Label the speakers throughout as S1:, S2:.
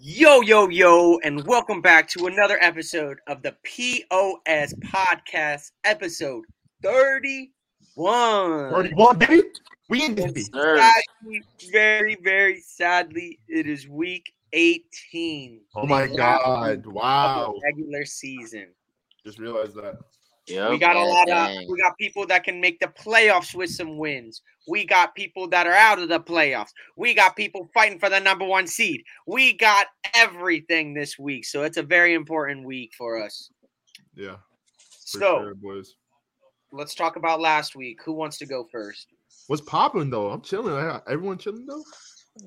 S1: Yo, yo, yo, and welcome back to another episode of the POS Podcast, episode 31.
S2: 31, baby. We in this bitch.
S1: Sadly, very, very sadly, it is week 18
S2: Oh my God.
S1: of
S2: Wow.
S1: the regular season.
S2: Just realized that.
S1: We got a lot of we got people that can make the playoffs with some wins. We got people that are out of the playoffs. We got people fighting for the number one seed. We got everything this week. So it's a very important week for us.
S2: Yeah. For
S1: So
S2: sure, boys.
S1: let's talk about last week. Who wants to go first?
S2: What's popping though? I'm chilling. I- Everyone chilling though?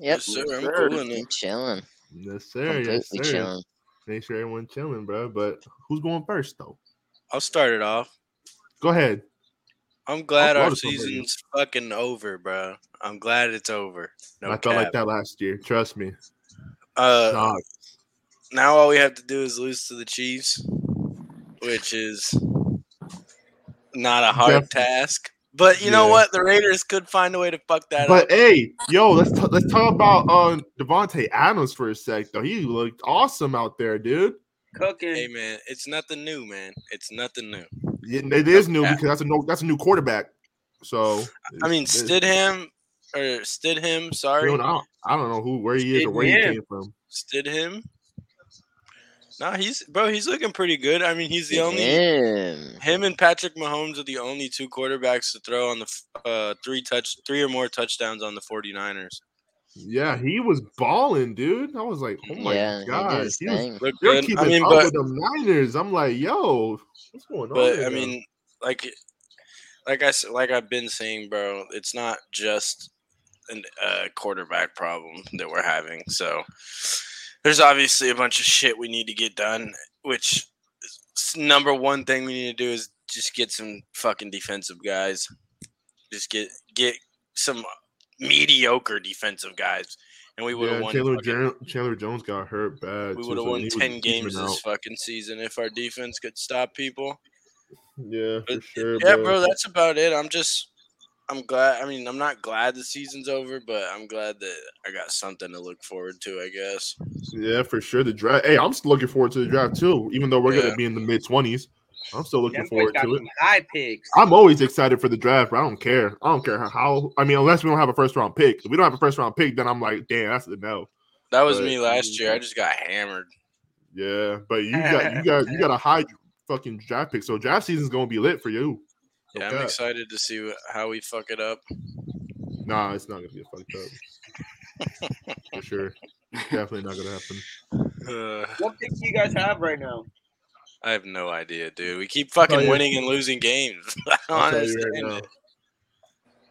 S3: Yep,
S4: Yes, sir.
S3: I'm
S4: I'm
S3: cool
S4: good.
S3: in it. Chilling.
S2: Yes, sir. Yes,
S3: Completely
S2: sir.
S3: chilling.
S2: Make sure everyone chilling, bro. But who's going first though?
S4: I'll start it off.
S2: Go ahead.
S4: I'm glad
S2: I'll
S4: our
S2: go to somebody.
S4: season's fucking over, bro. I'm glad it's over. No
S2: I
S4: cap.
S2: felt like that last year. Trust me.
S4: Uh,
S2: Dog.
S4: now all we have to do is lose to the Chiefs, which is not a hard
S2: Definitely.
S4: task. But you know
S2: Yeah.
S4: what? The Raiders could find a way to fuck that
S2: But
S4: up.
S2: hey, yo, let's t- let's talk about uh Devontae Adams for a sec though. He looked awesome out there, dude.
S1: Cooking.
S4: Hey man, it's nothing new, man. It's nothing new.
S2: Yeah, It is new
S4: Yeah.
S2: because that's a no, that's a new quarterback. So
S4: I mean,
S2: it's-
S4: Stidham or Stidham,
S2: I
S4: sorry,
S2: don't, know- I don't know who where he is or where he
S1: Yeah.
S2: came from.
S4: Stidham. Nah, he's bro. He's looking pretty good. I mean, he's the only
S3: Damn.
S4: Him and Patrick Mahomes are the only two quarterbacks to throw on the f- uh, three touch, three or more touchdowns on the 49ers.
S2: Yeah, he was balling, dude. I was like, oh my
S3: yeah, he did
S2: god,
S3: his
S2: he was,
S3: thing.
S4: Look
S2: they're
S4: good.
S2: keeping
S4: I mean,
S2: up
S4: but
S2: with the Niners. I'm like, yo, what's going on?
S4: but
S2: with
S4: I
S2: them?
S4: mean, like, like I s- like I've been saying, bro, it's not just an uh, quarterback problem that we're having. So there's obviously a bunch of shit we need to get done. Which s- number one thing we need to do is just get some fucking defensive guys. Just get get some mediocre defensive guys, and we would have
S2: yeah,
S4: won.
S2: Taylor,
S4: fucking-
S2: Jer- Taylor Jones got hurt bad.
S4: we
S2: too,
S4: would have
S2: so he
S4: won
S2: was-
S4: ten
S2: he's
S4: games
S2: been
S4: this
S2: out.
S4: fucking season if our defense could stop people.
S2: Yeah, for
S4: But-
S2: sure.
S4: yeah,
S2: bro.
S4: bro, that's about it. I'm just, I'm glad. I mean, I'm not glad the season's over, but I'm glad that I got something to look forward to. I guess.
S2: Yeah, for sure. The draft. Hey, I'm still looking forward to the draft too. Even though we're
S4: Yeah.
S2: gonna be in the mid twenties, I'm still looking
S1: Them boys
S2: forward
S1: got
S2: to it.
S1: some high picks.
S2: I'm always excited for the draft, but I don't care. I don't care how- how. I mean, unless we don't have a first round pick. If we don't have a first round pick, then I'm like, damn, that's a no.
S4: That was
S2: But-
S4: me last year. I just got hammered.
S2: Yeah, but you got you got you got a high fucking draft pick. So draft season's gonna be lit for you.
S4: Yeah, I'm
S2: Okay.
S4: excited to see wh- how we fuck it up.
S2: Nah, it's not gonna get fucked up. for sure. Definitely not gonna happen.
S4: Uh,
S1: What picks do you guys have right now?
S4: I have no idea, dude. We keep fucking
S2: yeah.
S4: winning and losing games. I don't
S2: I'll tell you
S4: understand
S2: right now.
S4: it.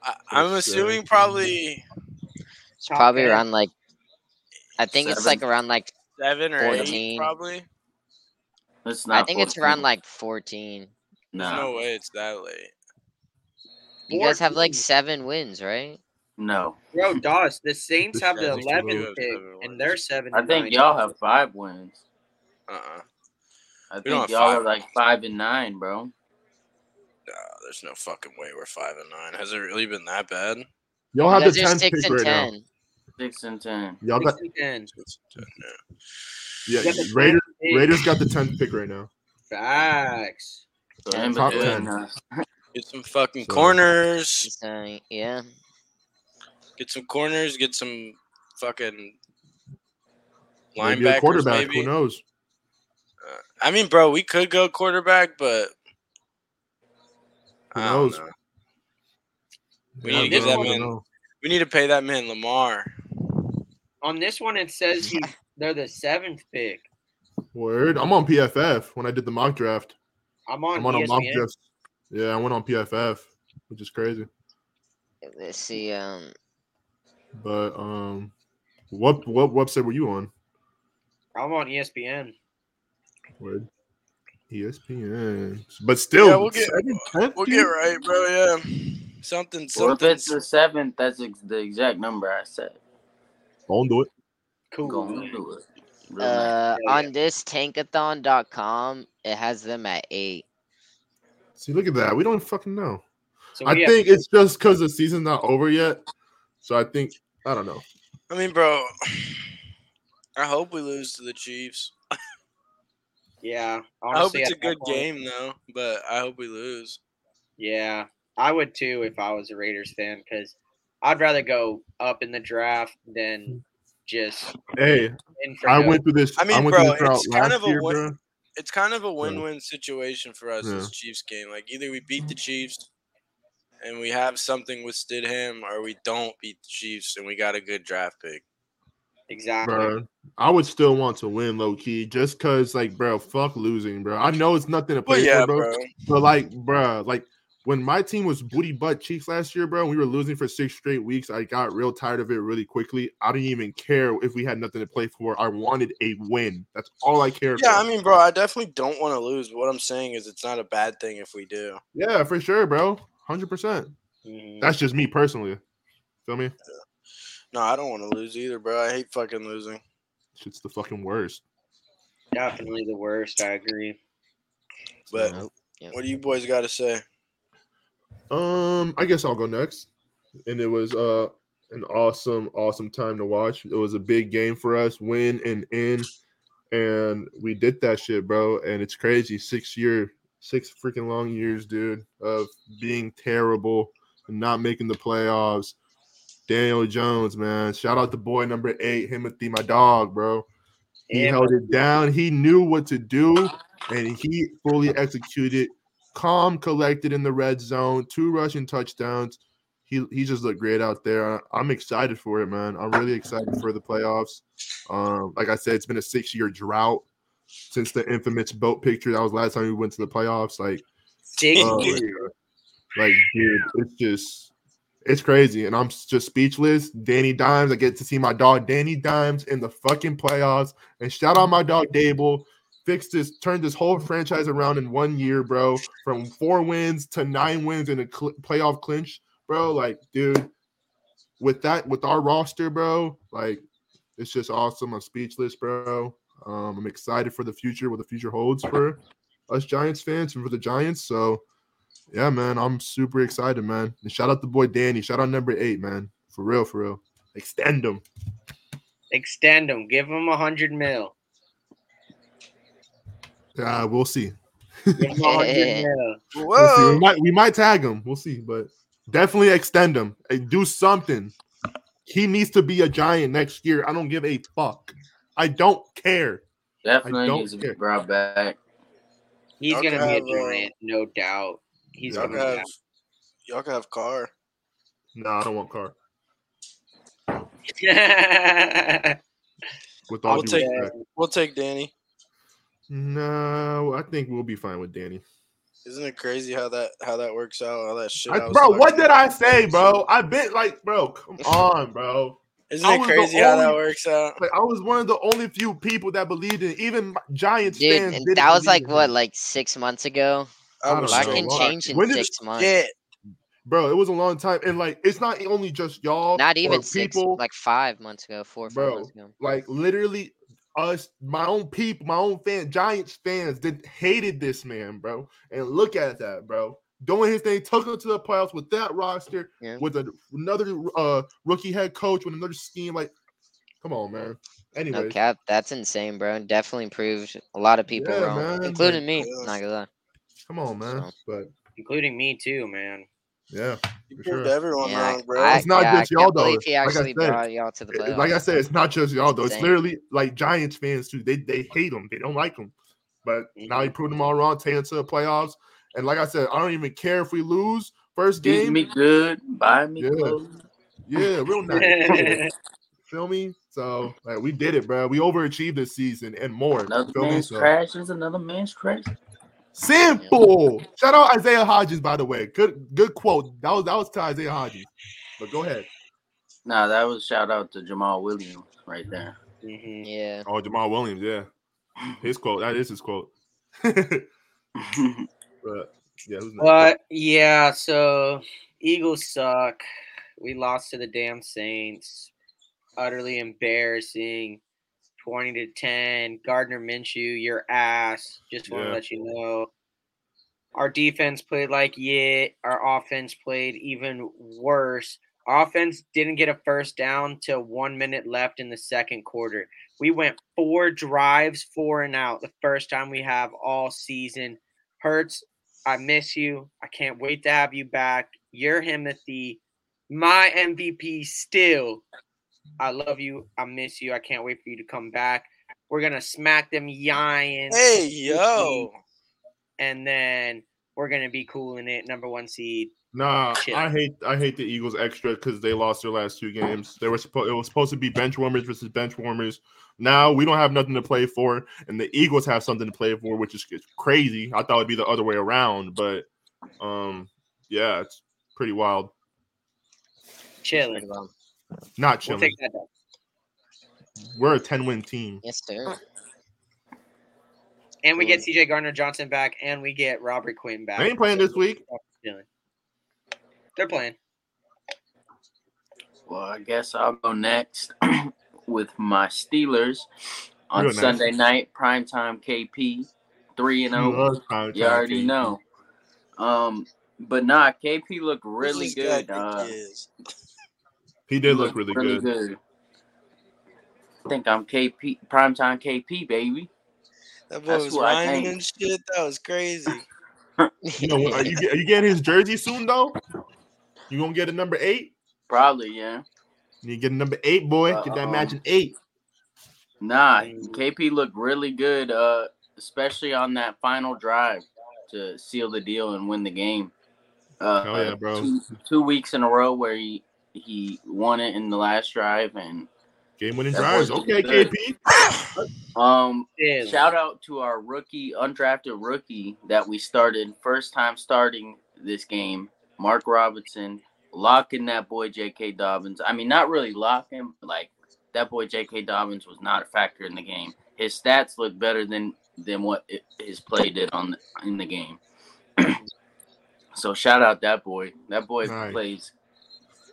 S4: I, I'm
S2: For
S4: assuming
S2: sure.
S4: probably
S3: It's probably
S1: Top
S3: around like, I think it's like around like,
S4: seven or eight.
S3: Fourteen.
S4: Probably.
S5: That's not.
S3: I think it's around like 14.
S4: There's no
S5: no,
S4: way it's that late.
S3: You guys have like
S1: 14.
S3: seven wins, right?
S5: no.
S1: Bro, Doss, the Saints have the
S2: Yeah, they do
S1: 11th
S4: have
S1: pick,
S4: seven
S1: and
S4: wins.
S1: they're 7
S5: I
S1: and
S5: think
S1: nine.
S5: y'all have five wins.
S4: Uh-uh.
S5: I
S4: don't
S5: think
S4: have
S5: y'all
S4: five
S5: have like
S4: wins.
S5: five and nine, bro.
S4: Nah, there's no fucking way we're five and nine. Has it really been that bad?
S2: Y'all
S3: You
S2: have the
S3: guys are
S2: 10th
S3: 6
S2: pick
S3: and
S2: right
S3: 10.
S2: now.
S5: Six and ten.
S2: Y'all got
S1: Six and ten.
S2: yeah,
S1: Yeah, but-
S2: Raiders
S1: Big
S2: Raiders got the 10th pick right now.
S1: Facts.
S5: So
S4: Yeah,
S5: in
S2: top
S5: between
S2: ten.
S5: us.
S4: Get some fucking
S2: So-
S4: corners.
S3: So, yeah.
S4: Get some corners. Get some fucking
S2: Maybe a
S4: linebackers.
S2: quarterback,
S4: Maybe.
S2: who knows?
S4: Uh, I mean, bro, we could go quarterback, but
S2: Who
S4: I don't
S2: knows?
S4: know. We
S2: Yeah,
S4: need to give
S2: bro, I
S4: that
S2: don't
S4: man.
S2: know.
S4: We need to pay that man Lamar.
S1: On this one, it says he, they're the seventh pick.
S2: Word. I'm on PFF when I did the mock draft.
S1: I'm on, E
S2: I'm on a
S4: E
S2: mock
S1: ESPN.
S2: draft. Yeah, I went on PFF, which is crazy.
S3: Let's see. Um,
S2: But um, what what website were you on?
S1: I'm on E ESPN.
S2: Word. E ESPN. But still,
S4: Yeah, we'll get-
S2: second, tenth,
S4: We'll
S2: dude?
S4: get right, bro. Yeah, something.
S5: Well, if
S4: Something.
S5: it's the seventh, that's ex- the exact number I said.
S2: Don't do it.
S1: Cool.
S5: Gonna do it. Real nice.
S3: uh,
S1: yeah.
S3: on this tankathon.com, it has them at 8.
S2: See, look at that. We don't fucking know.
S1: So
S2: I
S1: we have-
S2: think it's just because the season's not over yet. So I think I don't know.
S4: I mean, bro. I hope we lose to the Chiefs.
S1: Yeah,
S4: I
S1: honestly,
S4: hope
S1: at
S4: it's a
S1: that
S4: good
S1: point-
S4: game though, but I hope we lose.
S1: Yeah, I would too if I was a Raiders fan because I'd rather go up in the draft than just
S2: Hey,
S1: in for
S2: I
S1: no-
S2: went through this.
S4: I mean,
S2: went
S4: bro,
S2: through this route
S4: it's kind
S2: last
S4: of a
S2: year,
S4: win-
S2: bro.
S4: It's kind of a win-win situation for us
S2: Yeah.
S4: this Chiefs game. Like either we beat the Chiefs and we have something with Stidham, or we don't beat the Chiefs and we got a good draft pick.
S1: exactly.
S2: Bro, I would still want to win low key just because, like, bro, fuck losing, bro. I know it's nothing to
S4: Well,
S2: play
S4: yeah,
S2: for, bro,
S4: bro.
S2: But like, bro, like when my team was booty butt Chiefs last year, bro, we were losing for six straight weeks. I got real tired of it really quickly. I didn't even care if we had nothing to play for. I wanted a win. That's all I cared.
S4: Yeah,
S2: for.
S4: I mean, bro, I definitely don't want to lose. But what I'm saying is, it's not a bad thing if we do.
S2: yeah, for sure, bro, hundred percent.
S1: Mhm.
S2: That's just me personally. Feel me?
S4: No, I don't want to lose either, bro. I hate fucking losing.
S2: Shit's the fucking worst.
S1: Definitely the worst. I agree.
S4: But
S3: Nope.
S4: what do you boys got to say?
S2: Um, I guess I'll go next. And it was uh an awesome, awesome time to watch. It was a big game for us, win and in, and we did that shit, bro. And it's crazy. Six year, six freaking long years, dude, of being terrible and not making the playoffs. Daniel Jones, man. Shout out to boy number eight, Himothy, my dog, bro. He
S1: Yeah,
S2: held it down. He knew what to do, and he fully executed. Calm, collected in the red zone. Two rushing touchdowns. He he just looked great out there. I- I'm excited for it, man. I'm really excited for the playoffs. Um, like I said, it's been a six year drought since the infamous boat picture. That was last time we went to the playoffs. Like
S1: Six
S2: Oh, my
S1: years.
S2: like, dude, it's just it's crazy, and I'm s- just speechless. Danny Dimes, I get to see my dog Danny Dimes in the fucking playoffs, and shout out my dog Dable. Fixed this, turned this whole franchise around in one year, bro. From four wins to nine wins in a cl- playoff clinch, bro. Like, dude, with that, with our roster, bro, like, it's just awesome. I'm speechless, bro. Um, I'm excited for the future, what the future holds for us Giants fans and for the Giants. So, yeah, man, I'm super excited, man. And shout out the boy Danny. Shout out number eight, man. For real, for real. Extend him.
S1: Extend him. Give him a hundred mil.
S2: Yeah, we'll see.
S1: Give him a hundred mil.
S2: We'll see. We
S4: Whoa!
S2: might we might tag him. We'll see, but definitely extend him. Hey, do something. He needs to be a giant next year. I don't give a fuck. I don't care.
S5: Definitely
S2: don't
S5: needs to be
S2: care.
S5: brought back.
S1: He's
S4: Y'all
S1: gonna
S4: can
S1: be a
S4: have, uh,
S1: giant, no doubt. He's
S2: y'all
S4: Y'all
S1: gonna
S4: can
S1: be
S2: have-
S1: that.
S4: have, y'all can have Carr.
S2: No, I don't want Carr. With all
S1: I'll
S2: due
S4: take-
S2: respect.
S4: We'll take Danny.
S2: No, I think we'll be fine with Danny.
S4: Isn't it crazy how that how that works out? All that shit.
S2: I-
S4: I was
S2: bro,
S4: talking
S2: what did
S4: about?
S2: I say, bro? I bit like, bro, come on, bro.
S4: Isn't
S2: I
S4: it
S2: was the
S4: crazy how that
S2: only-
S4: works out?
S2: Like I was one of the only few people that believed in even Giants
S3: Dude,
S2: fans.
S3: and
S2: didn't
S3: that was
S2: believe
S3: like
S2: in
S3: what,
S2: him.
S3: like six months ago?
S4: I
S2: I don't
S4: was
S2: know.
S3: I
S4: so
S3: can
S2: Well,
S4: locked.
S3: change in
S2: when did
S3: six months.
S4: Yeah,
S2: bro. It was a long time, and like it's not only just y'all.
S3: Not
S2: or
S3: even six,
S2: people.
S3: like five months ago, four or five months ago.
S2: like literally us, my own people, my own fan, Giants fans that hated this man, bro. And look at that, bro. Doing his thing, took him to the playoffs with that roster,
S3: Yeah.
S2: with a, another uh, rookie head coach, with another scheme. Like, come on, man.
S3: No
S2: Anyways,
S3: cap, that's insane, bro. and Definitely proved a lot of people
S2: Yeah,
S3: wrong,
S2: man, like,
S3: including me.
S4: yeah.
S3: Not gonna lie.
S2: come on, man.
S3: So-
S2: But
S1: Including me too, man.
S2: yeah,
S4: you
S2: for
S4: proved
S2: sure.
S4: everyone
S3: Yeah, I-
S4: wrong, bro.
S3: I,
S2: It's not
S3: yeah,
S2: just
S3: I
S2: y'all,
S3: can't
S2: though.
S3: believe he
S2: Like I
S3: actually
S2: said,
S3: brought y'all to the
S2: It-
S3: playoffs.
S2: like oh, I said, it's not just y'all though. It's
S3: Same.
S2: literally like Giants fans too. They they hate him. They don't like him. But now he proved them all wrong. Taking them to the playoffs. And like I said, I don't even care if we lose first
S5: Beat
S2: game.
S5: me good, buy me
S2: Yeah.
S5: clothes.
S2: Yeah, real nice. Feel me? So like we did it, bro. We overachieved this season and more.
S5: Another
S2: Feel me?
S5: man's
S2: So,
S5: trash is another man's trash.
S2: simple. Shout out Isaiah Hodges, by the way. Good good quote. That was that was to Isaiah Hodges. But go ahead.
S5: Nah, that was shout out to Jamal Williams right there.
S1: Mhm.
S3: yeah,
S2: Oh, Jamal Williams, yeah. His quote. That is his quote. but yeah, who's next?
S1: But yeah, so Eagles suck. We lost to the damn Saints. Utterly embarrassing. 20 to 10. Gardner Minshew, your ass. Just want to
S2: Yeah.
S1: let you know. Our defense played like yeah. Our offense played even worse. Offense didn't get a first down till one minute left in the second quarter. We went four drives, four and out, the first time we have all season. Hurts, I miss you. I can't wait to have you back. You're Himothy, my MVP still. I love you. I miss you. I can't wait for you to come back. We're gonna smack them Giants.
S4: Hey yo.
S1: And then we're gonna be cooling it. Number one seed.
S2: Nah,
S1: Shit.
S2: I hate I hate the Eagles extra because they lost their last two games. They were supposed it was supposed to be bench warmers versus bench warmers. Now we don't have nothing to play for, and the Eagles have something to play for, which is is crazy. I thought it'd be the other way around, but um, yeah, it's pretty wild.
S1: Chilling.
S2: Not
S1: We'll
S2: chilling.
S1: take that. dub.
S2: we're a ten win team.
S3: Yes, sir.
S1: And we get CJ Gardner Johnson back, and we get Robert Quinn back.
S2: They ain't playing this week.
S1: Chilling. They're playing.
S5: Well, I guess I'll go next with my Steelers on
S2: Real nice.
S5: Sunday night, primetime KP, 3 and 0.
S2: Love time
S5: You already
S2: change.
S5: know. Um, but nah, KP looked really
S4: This guy
S5: good. Uh,
S4: think he is.
S2: He did look really good.
S5: I think I'm KP, primetime KP, baby.
S4: That boy
S5: That's
S4: was
S5: what I
S4: rhyming
S5: think.
S4: and shit. That was crazy.
S2: You know, are you, get- are you getting his jersey soon though? You gonna get a number eight?
S5: Probably, yeah.
S2: You get a number eight, boy. Get that
S5: Uh-oh.
S2: matching eight.
S5: Nah,
S1: Mm.
S5: KP looked really good, uh, especially on that final drive to seal the deal and win the game. Uh,
S2: Oh, yeah, bro.
S5: Two, two weeks in a row where he he won it in the last drive, and
S2: Game winning
S5: That
S2: drives.
S5: boy's
S2: Okay,
S5: good.
S2: KP.
S5: um,
S1: Chilling.
S5: Shout out to our rookie, undrafted rookie that we started first time starting this game, Mark Robinson, locking that boy J.K. Dobbins. I mean, not really locking, but like that boy J.K. Dobbins was not a factor in the game. His stats look better than than what i his play did on the, in the game. so shout out that boy. That boy
S2: Nice.
S5: plays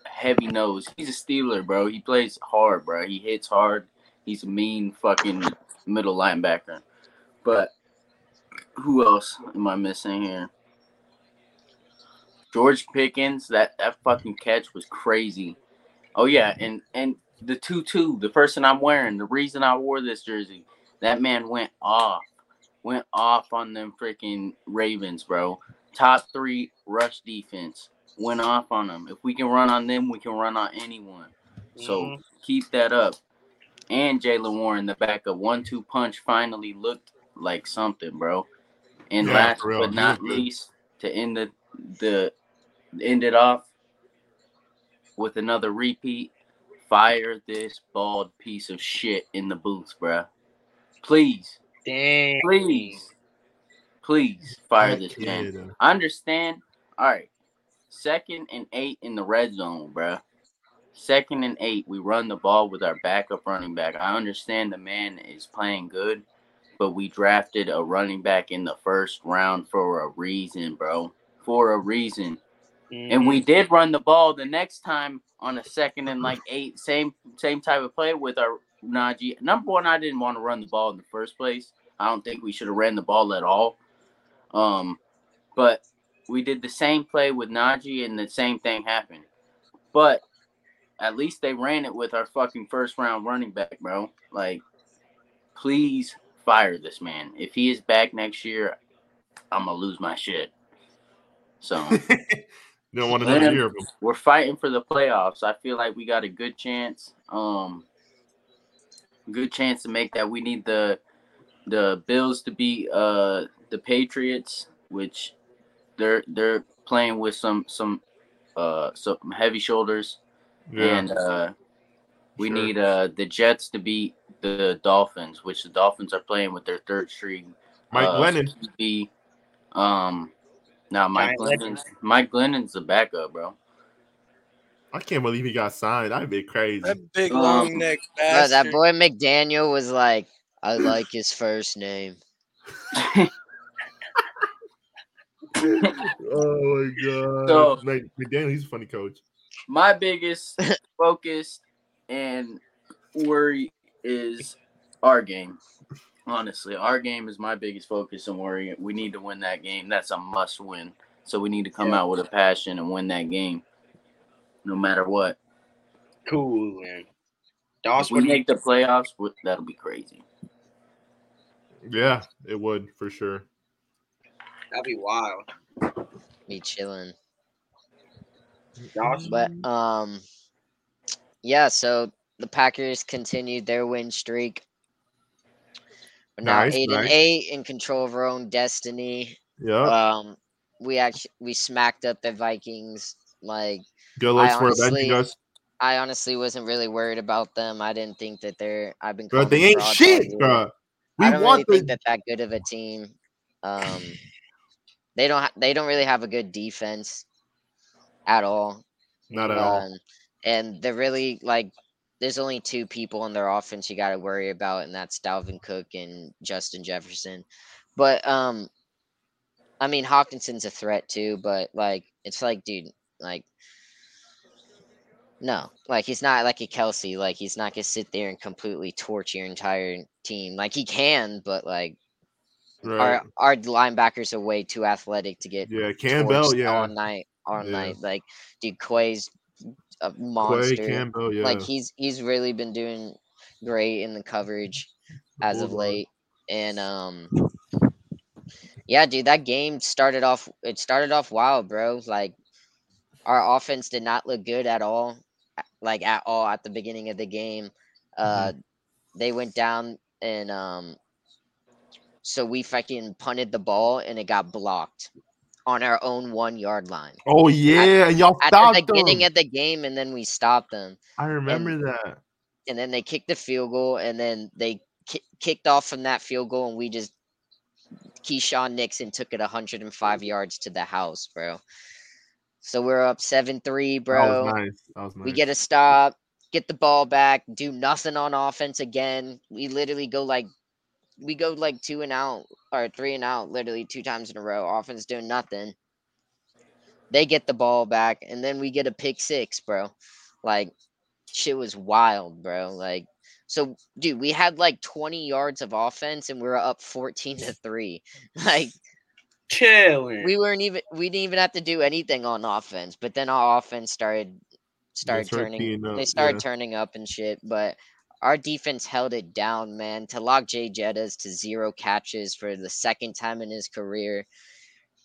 S5: heavy nose. He's a Steeler, bro. He plays hard, bro. He hits hard. He's a mean fucking middle linebacker. But who else am I missing here? George Pickens, that that fucking catch was crazy. Oh yeah, and and the tutu, the person I'm wearing, the reason I wore this jersey, that man went off, went off on them freaking Ravens, bro. Top three rush defense went off on them. If we can run on them, we can run on anyone. So
S2: Mm-hmm.
S1: Mhm.
S5: keep that up. And Jalen Warren, the backup one-two punch, finally looked like something, bro. And
S2: Yeah,
S5: last
S2: for real.
S5: but
S2: He
S5: not
S2: looked good.
S5: least, to end the the end it off with another repeat. Fire this bald piece of shit in the booth, bruh. Please,
S1: Dang.
S5: please, please fire
S2: That
S5: this man.
S2: kid, uh,
S5: I understand. All right. Second and eight in the red zone, bruh. Second and eight, we run the ball with our backup running back. I understand the man is playing good, but we drafted a running back in the first round for a reason, bro. For a reason.
S1: Mm-hmm.
S5: And we did run the ball the next time on a second and like eight, same same type of play with our Najee. Number one, I didn't want to run the ball in the first place. I don't think we should have ran the ball at all. Um, but we did the same play with Najee, and the same thing happened. But at least they ran it with our fucking first round running back, bro. Like, please fire this man. If he is back next year, I'm gonna lose my shit. So.
S2: You don't want another
S5: Man.
S2: year of him.
S5: we're fighting for the playoffs. I feel like we got a good chance. Um, good chance to make that. We need the the Bills to beat uh the Patriots, which they're they're playing with some some uh some heavy shoulders,
S2: Yeah,
S5: and uh, we
S2: sure.
S5: need uh the Jets to beat the Dolphins, which the Dolphins are playing with their third string
S2: Mike
S5: uh,
S2: Lennon.
S5: QB. Um, now Mike
S1: Giant
S5: Glennon's Mike Glennon's the backup, bro.
S2: I can't believe he got signed. That'd be crazy.
S4: That big
S5: Um,
S4: long neck
S3: Bro,
S4: bastard.
S3: that boy McDaniel was like, I like his first name.
S2: oh my god.
S5: So-
S2: like McDaniel, he's a funny coach.
S5: my biggest focus and worry is our game. Honestly, our game is my biggest focus and worry. We need to win that game. That's a must win. So we need to come out with a passion and win that game. no matter what.
S1: Cool, man.
S5: If
S1: Doss,
S5: we
S1: what do you-
S5: make the playoffs, w- that'll be crazy.
S2: Yeah, it would for sure.
S1: that'd be wild.
S3: Me chilling.
S1: Doss,
S3: But um, yeah. So the Packers continued their win streak. We're now
S2: Nice,
S3: eight
S2: nice.
S3: and eight in control of our own destiny.
S2: Yeah,
S3: Um, we actually we smacked up the Vikings. Like
S2: good luck
S3: I
S2: for that,
S3: honestly-
S2: you guys.
S3: I honestly wasn't really worried about them. I didn't think that they're. I've been.
S2: Bro,
S3: called
S2: they
S3: them
S2: ain't
S3: frauds all
S2: shit,
S3: year.
S2: bro. We
S3: I don't really
S2: want
S3: think
S2: the
S3: that that good of a team. Um, they don't. Ha- they don't really have a good defense at all.
S2: not at all.
S3: Um, and they're really like there's only two people on their offense you got to worry about, and that's Dalvin Cook and Justin Jefferson. But um, I mean Hawkinson's a threat too, but like it's like, dude, like no, like he's not like a Kelsey. Like he's not gonna sit there and completely torch your entire team. Like he can, but like
S2: Right?
S3: uh, our our linebackers are way too athletic to get
S2: Yeah,
S3: torched
S2: Campbell. Yeah,
S3: all night, all
S2: Yeah.
S3: night. Like dude, Quay's a
S2: Clay
S3: monster.
S2: Campbell. Yeah,
S3: Like he's he's really been doing great in the coverage as of
S2: Bulldog.
S3: late. And um yeah, dude, that game started off it started off wild, bro. Like our offense did not look good at all. a- Like at all at the beginning of the game.
S2: Mm-hmm.
S3: Uh they went down and um so we fucking punted the ball and it got blocked on our own one yard line.
S2: Oh yeah, and y'all
S3: At
S2: stopped
S3: the beginning
S2: them.
S3: of the game and then we stopped them.
S2: I remember that.
S3: and then they kicked the field goal, and then they ki- kicked off from that field goal, and we just Keyshawn Nixon took it 105 yards to the house, bro. So we're up seven three,
S2: That
S3: bro.
S2: was nice. That was nice.
S3: We get a stop, get the ball back, do nothing on offense again. We literally go like we go like two and out or three and out literally two times in a row. Offense doing nothing. They get the ball back and then we get a pick six, bro. Like shit was wild, bro. Like so dude, we had like 20 yards of offense and we were up 14 to 3. Like
S1: chilling.
S3: we weren't even we didn't even have to do anything on offense, but then our offense started started
S2: started
S3: turning
S2: teeing up,
S3: they started
S2: yeah.
S3: turning up and shit, but our defense held it down, man. To lock Jay Jettas to zero catches for the second time in his career.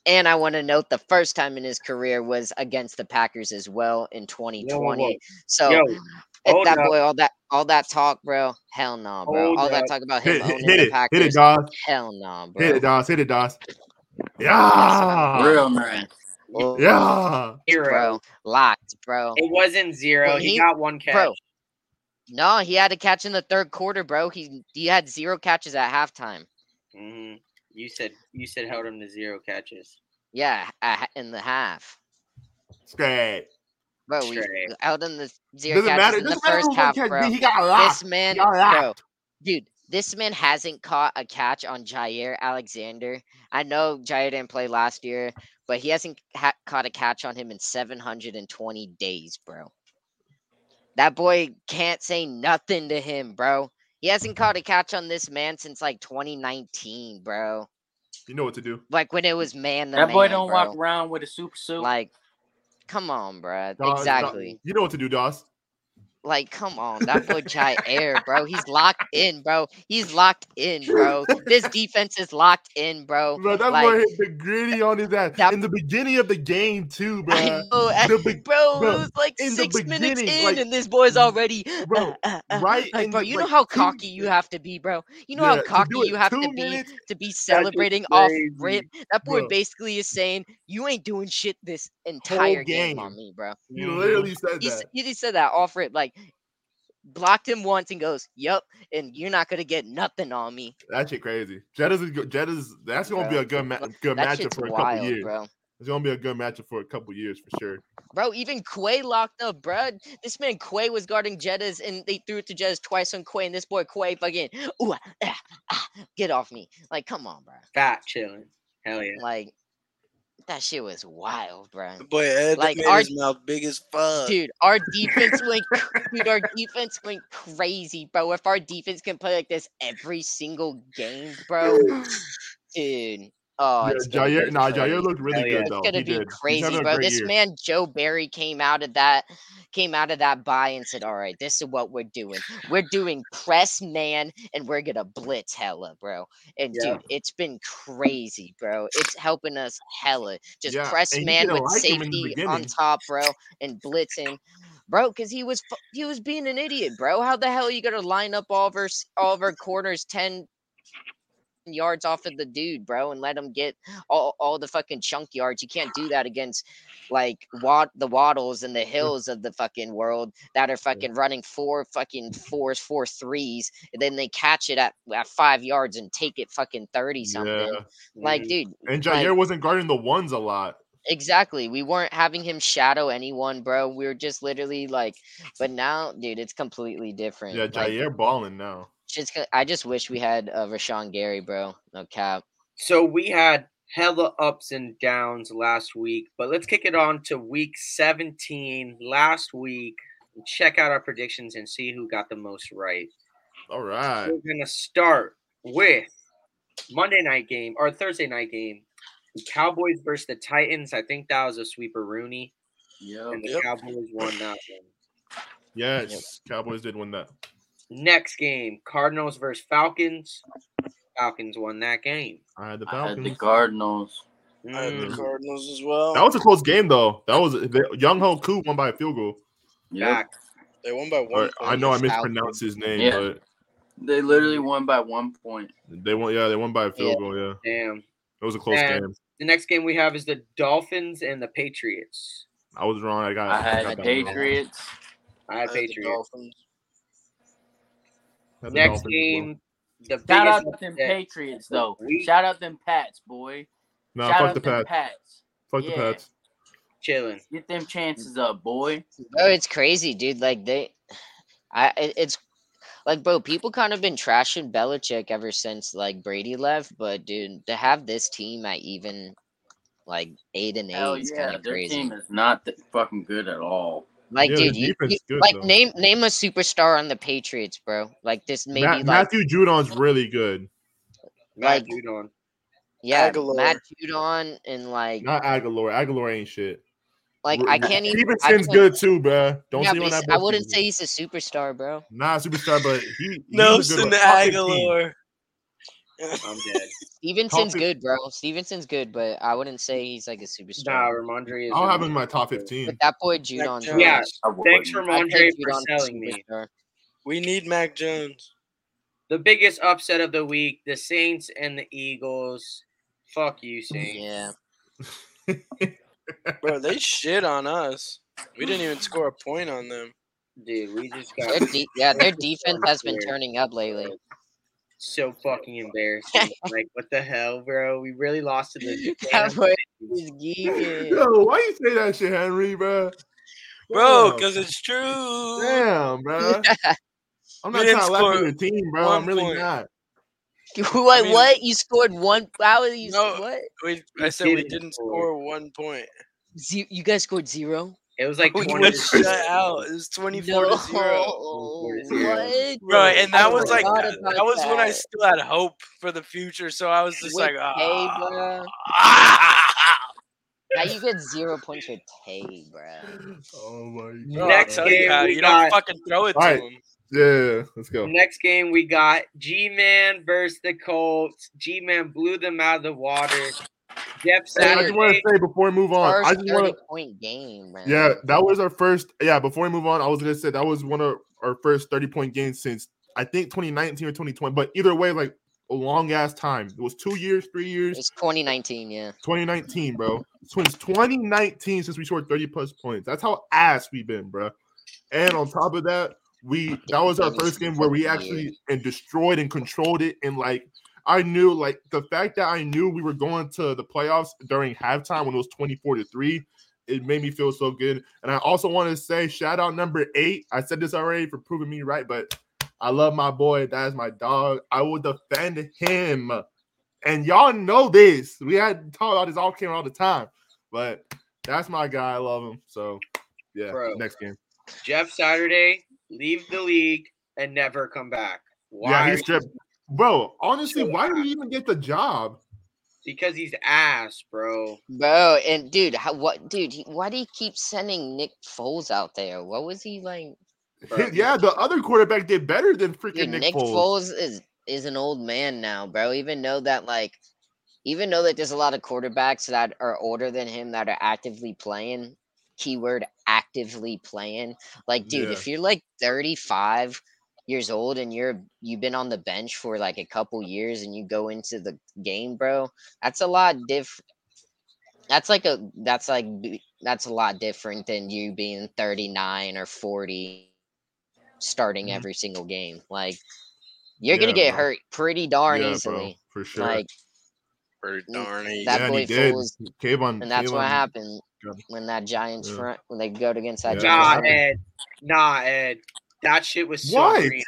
S3: And I want to note the first time in his career was against the Packers as well in 2020.
S1: whoa.
S3: So
S1: Yo,
S3: if
S1: hold
S3: that
S1: up.
S3: boy, all that all that talk, bro, hell no, nah, bro.
S1: Hold
S3: all that
S1: up.
S3: talk about him
S2: hit, hit,
S3: owning
S2: hit
S3: the
S2: it,
S3: Packers,
S2: hit it, Dos.
S3: hell no, nah, bro.
S2: Hit it, Dos. Hit it, Dos. Yeah,
S5: Real man.
S3: Well,
S2: yeah.
S1: zero.
S3: bro, locked, bro.
S1: It wasn't zero.
S3: When
S1: He,
S3: he-
S1: got one catch.
S3: Bro. No, he had a catch in the third quarter, bro. He he had zero catches at halftime.
S1: Mhm. You said you said held him to zero catches.
S3: Yeah, at, ha- in the half,
S2: Straight.
S3: bro. We
S1: Straight.
S3: held him the 0
S2: Doesn't
S3: catches
S2: matter.
S3: in the
S2: Doesn't matter
S3: first
S2: who
S3: half,
S2: catch.
S3: bro.
S2: He got a lot.
S3: This man,
S2: Y'all
S3: bro,
S2: laughed.
S3: dude, this man hasn't caught a catch on Jair Alexander. I know Jair didn't play last year, but he hasn't ha- caught a catch on him in 720 days, bro. That boy can't say nothing to him, bro. He hasn't caught a catch on this man since like 2019, bro.
S2: You know what to do.
S3: Like when it was man to
S5: That boy
S3: man,
S5: don't
S3: bro.
S5: walk around with a super suit.
S3: Like, come on, bro.
S2: Dawes, Dawes,
S3: exactly.
S2: You know what to do, Dos.
S3: Like, come on, that boy Jair, bro. He's locked in, bro. He's locked in, bro. This defense is locked in, bro.
S2: Bro, that
S3: Like-
S2: boy hit the gritty on his ass
S3: that-
S2: in the beginning of the game too, bro.
S3: I know, I-
S2: the be-
S3: bro,
S2: bro,
S3: It was like
S2: in the
S3: six minutes
S2: beginning,
S3: in,
S2: like,
S3: and this boy's already
S2: bro,
S3: uh, uh, uh,
S2: right
S3: Like,
S2: in
S3: bro,
S2: the-
S3: you know
S2: like,
S3: how
S2: two-
S3: cocky you have to be, bro. You know
S2: Yeah,
S3: how
S2: to do
S3: cocky
S2: it
S3: you have to
S2: two
S3: be
S2: minutes,
S3: to be celebrating off rip. That boy
S2: bro.
S3: basically is saying you ain't doing shit this entire game. on
S2: game.
S3: me, bro.
S2: He
S1: Mhm.
S2: literally said
S3: He, s-
S2: that.
S3: he just said that off rip, like blocked him once and goes, "Yep," and you're not gonna get nothing on me.
S2: That shit crazy. Jetta's is go- Jetta's that's gonna be
S3: Bro,
S2: a good ma- good
S3: That
S2: matchup
S3: shit's
S2: for a couple
S3: wild,
S2: years.
S3: bro.
S2: It's gonna be a good matchup for a couple years for sure.
S3: Bro, even Quay locked up, bro. This man Quay was guarding Jettas, and they threw it to Jettas twice on Quay, and this boy Quay fucking, ooh, ah, ah, ah, get off me. Like, come on, bro.
S1: Fat chilling. Hell yeah.
S3: Like, that shit was wild, bro.
S4: The boy Ed
S3: Like,
S4: made
S3: our-
S4: his mouth big as fuck.
S3: Dude, our defense went, cr- dude, our defense went crazy, bro. If our defense can play like this every single game, bro, dude, Oh,
S2: Yeah,
S3: it's gonna be
S2: Jair, nah,
S3: crazy.
S2: Jair looked really
S6: Hell yeah.
S2: good
S6: It's
S2: though.
S3: It's gonna
S2: he
S3: be
S2: did. He's having
S3: crazy,
S2: a
S3: bro.
S2: great
S3: This
S2: year.
S3: man Joe Barry came out of that came out of that buy and said, All right, this is what we're doing. We're doing press man and we're gonna blitz hella, bro. And
S6: Yeah.
S3: dude, it's been crazy, bro. It's helping us hella. Just
S2: Yeah,
S3: press
S2: and you
S3: man
S2: didn't
S3: with
S2: like him in the
S3: safety on
S2: beginning.
S3: top, bro, and blitzing. Bro, because he was fu- he was being an idiot, bro. How the hell are you gonna line up all of our s- all of our corners ten yards off of the dude, bro, and let him get all, all the fucking chunk yards. You can't do that against like wad the waddles
S2: Mm.
S3: and the hills of the fucking world that are fucking running four fucking fours, four threes, and then they catch it at, at five yards and take it fucking thirty something.
S2: Yeah. Mm.
S1: Mm-hmm.
S3: Like, dude,
S2: And
S3: like-
S2: Jair wasn't guarding the ones a lot.
S3: exactly. We weren't having him shadow anyone, bro. We were just literally like, but now, dude, it's completely different.
S2: Yeah,
S3: Like,
S2: Jair balling now.
S3: shit's go- I just wish we had uh, Rashawn Gary, bro. No cap.
S1: So we had hella ups and downs last week, but let's kick it on to week 17 last week. and Check out our predictions and see who got the most right.
S2: All right.
S1: We're gonna start with Monday night game or Thursday night game. The Cowboys versus the Titans. I think that was a sweeper Rooney,
S5: Yep.
S1: and the
S4: Oh, Yep.
S1: Cowboys won that one.
S2: Yes, Cowboys did win that.
S1: Next game, Cardinals versus Falcons. Falcons won that game.
S2: I had the
S5: I had
S2: Falcons.
S5: the Cardinals.
S4: I had the
S1: Mm,
S4: Cardinals as well.
S2: that was a close game though. That was the, Young Ho Koo won by a field goal.
S5: Yep.
S1: back.
S4: They won by
S2: Or,
S4: one.
S2: I
S4: point.
S2: know I
S3: Falcons.
S2: mispronounced his name,
S5: Yeah.
S2: but
S5: They literally won by one point.
S2: they won. Yeah, they won by a field goal. Yeah,
S1: Damn.
S2: it was a close
S1: And-
S2: game.
S1: The next game we have is the Dolphins and the Patriots.
S2: I was wrong. I got.
S5: I had
S2: got
S5: the
S2: that wrong.
S5: Patriots.
S1: I
S4: I
S1: have
S4: had the
S1: Patriots.
S4: Dolphins.
S2: I had the
S1: Next
S2: Dolphins as well.
S1: game, the
S5: Shout
S1: biggest
S5: out to them
S1: upset.
S5: Patriots though.
S1: We-
S5: Shout out them Pats, boy.
S2: No,
S5: Shout
S2: fuck
S5: out
S2: the
S5: them
S2: Pats.
S5: Pats.
S2: Fuck
S5: Yeah.
S2: the Pats.
S1: Chilling.
S5: Get them chances up, boy.
S3: Bro, it's crazy, dude. Like they, I it, it's like, bro, people kind of been trashing Belichick ever since like Brady left, but dude, to have this team at even like eight and eight
S5: Hell
S3: is
S5: yeah,
S3: kind of
S5: their
S3: crazy.
S5: team is not that fucking good at all.
S3: Like,
S2: Yeah, their
S3: dude, you,
S2: defense
S3: you-
S2: is good,
S3: like
S2: though.
S3: name name a superstar on the Patriots, bro. Like this, maybe
S2: Ma-
S3: like
S2: Matthew Judon's really good.
S1: Matt
S3: Like-
S1: Judon.
S3: yeah,
S4: Aguilar.
S3: Matt Judon and like
S2: Not Aguilar. Aguilar ain't shit.
S3: like
S2: Ru-
S3: I can't even. I
S2: Stevenson's
S3: can't-
S2: good too, bruh. Don't
S3: yeah,
S2: see
S3: but
S2: him on
S3: he's-
S2: that.
S3: I
S2: bad
S3: wouldn't
S2: team.
S3: say he's a superstar, bro.
S2: Nah, superstar, but he he's a good
S4: Nelson
S2: one. Talk his team.
S4: Aguilar.
S1: I'm dead.
S3: Stevenson's
S2: fif-
S3: good, bro. Stevenson's good, but I wouldn't say he's like a superstar.
S1: nah, Ramondre is.
S2: I'll have him in my top fifteen.
S3: But that boy Judon's
S4: Jones.
S3: really
S1: Yeah.
S5: I wouldn't.
S1: Thanks,
S3: I'd
S1: Ramondre,
S3: say
S1: for
S3: Judon's a
S1: selling me.
S3: superstar.
S4: We need Mac Jones.
S1: The biggest upset of the week: the Saints and the Eagles. Fuck you, Saints.
S3: Yeah.
S4: Bro, they shit on us. We didn't even score a point on them.
S1: Dude, we just
S3: Their
S1: got
S3: de- yeah, their defense has been
S1: Sure.
S3: turning up lately.
S1: so fucking embarrassing. like, what the hell, bro? We really lost to the.
S3: That
S1: damn-
S3: boy is geeking.
S2: Yo, why you say that shit, Henry, bruh?
S4: Bro,
S2: Damn.
S4: because it's true.
S2: Damn, bro. I'm
S4: We
S2: not trying to laugh
S4: didn't
S2: at
S4: score
S2: your team, bro.
S4: one
S2: I'm really
S4: point.
S2: not.
S3: what?
S4: I mean-
S3: what? You scored one? How you?
S4: No.
S3: What?
S4: We,
S1: We
S4: I said we
S1: didn't
S4: didn't
S1: score.
S4: score one point.
S3: Ze- you guys scored zero?
S1: It was like
S4: We
S1: twenty.
S4: got
S1: to
S4: shut
S1: zero.
S4: out. It was 24
S3: no.
S4: to 0.
S3: What?
S4: Bro, and
S3: I
S4: that was like
S3: forgot
S4: that
S3: about
S4: was when I
S3: that.
S4: still had hope for the future. So I was just
S3: With
S4: like,
S3: Tay,
S4: ah,
S3: bruh.
S4: ah.
S3: How you get zero points with Tay, bro?
S2: Oh my
S4: Bro,
S2: god.
S1: Next
S4: I'll tell you
S1: game,
S4: how,
S1: we
S4: you
S1: got-
S4: don't fucking throw it to
S2: Alright.
S4: him.
S2: Yeah, let's go.
S1: Next game, we got G Man versus the Colts. G Man blew them out of the water. Jeff
S2: Hey, I just want
S1: Saturday.
S2: to say before we move on,
S3: First
S2: I just want to.
S3: thirty-point game, man.
S2: Yeah, that was our first. Yeah, before we move on, I was gonna say that was one of our first thirty-point games since I think 2019 or 2020. But either way, like a long ass time. It was two years, three years.
S3: It's 2019, yeah.
S2: 2019, bro. Since 2019, since we scored 30 plus points. That's how ass we've been, bro. And on top of that, we that was our first game where we actually and destroyed and controlled it. And like I knew, like the fact that I knew we were going to the playoffs during halftime when it was 24 to 3, it made me feel so good. And I also want to say shout out number eight. I said this already for proving me right, but I love my boy. That is my dog. I will defend him. And y'all know this. We had talk about this off camera all the time, but that's my guy. I love him. So yeah,
S1: Bro.
S2: next game.
S1: Jeff Saturday leave the league and never come back. Why?
S2: Yeah,
S1: are
S2: he
S1: you-
S2: stripped. Bro, honestly,
S1: Sure.
S2: why did he even get the job?
S1: because he's ass, bro.
S3: Bro, and dude, how what dude, he, why do you keep sending Nick Foles out there? What was he like?
S1: bro.
S2: yeah, the other quarterback did better than freaking
S3: Dude,
S2: Nick,
S3: Nick,
S2: Foles.
S3: Foles. is is an old man now, bro. Even though that like even though that there's a lot of quarterbacks that are older than him that are actively playing, keyword actively playing. Like, dude,
S2: Yeah.
S3: if you're like 35 years old and you're you've been on the bench for like a couple years and you go into the game, bro, that's a lot diff that's like a that's like b- that's a lot different than you being 39 or 40 starting
S2: Mhm.
S3: every single game. Like you're gonna
S2: Yeah,
S3: get
S2: bro.
S3: hurt pretty darn
S2: yeah, bro,
S3: easily.
S2: for sure.
S3: Like
S4: Pretty
S3: Mm,
S4: darn easy.
S3: that
S2: yeah, and he
S3: boy
S2: did.
S3: Foles-
S2: Kayvon,
S3: and that's what
S2: Kayvon-
S3: happened
S2: got it.
S3: when that Giants
S2: Yeah.
S3: front when they go against that
S2: Yeah, that's
S1: Nah,
S2: what
S3: Giants.
S2: happened.
S1: Ed. Nah, Ed. That shit was so
S2: What?
S1: green.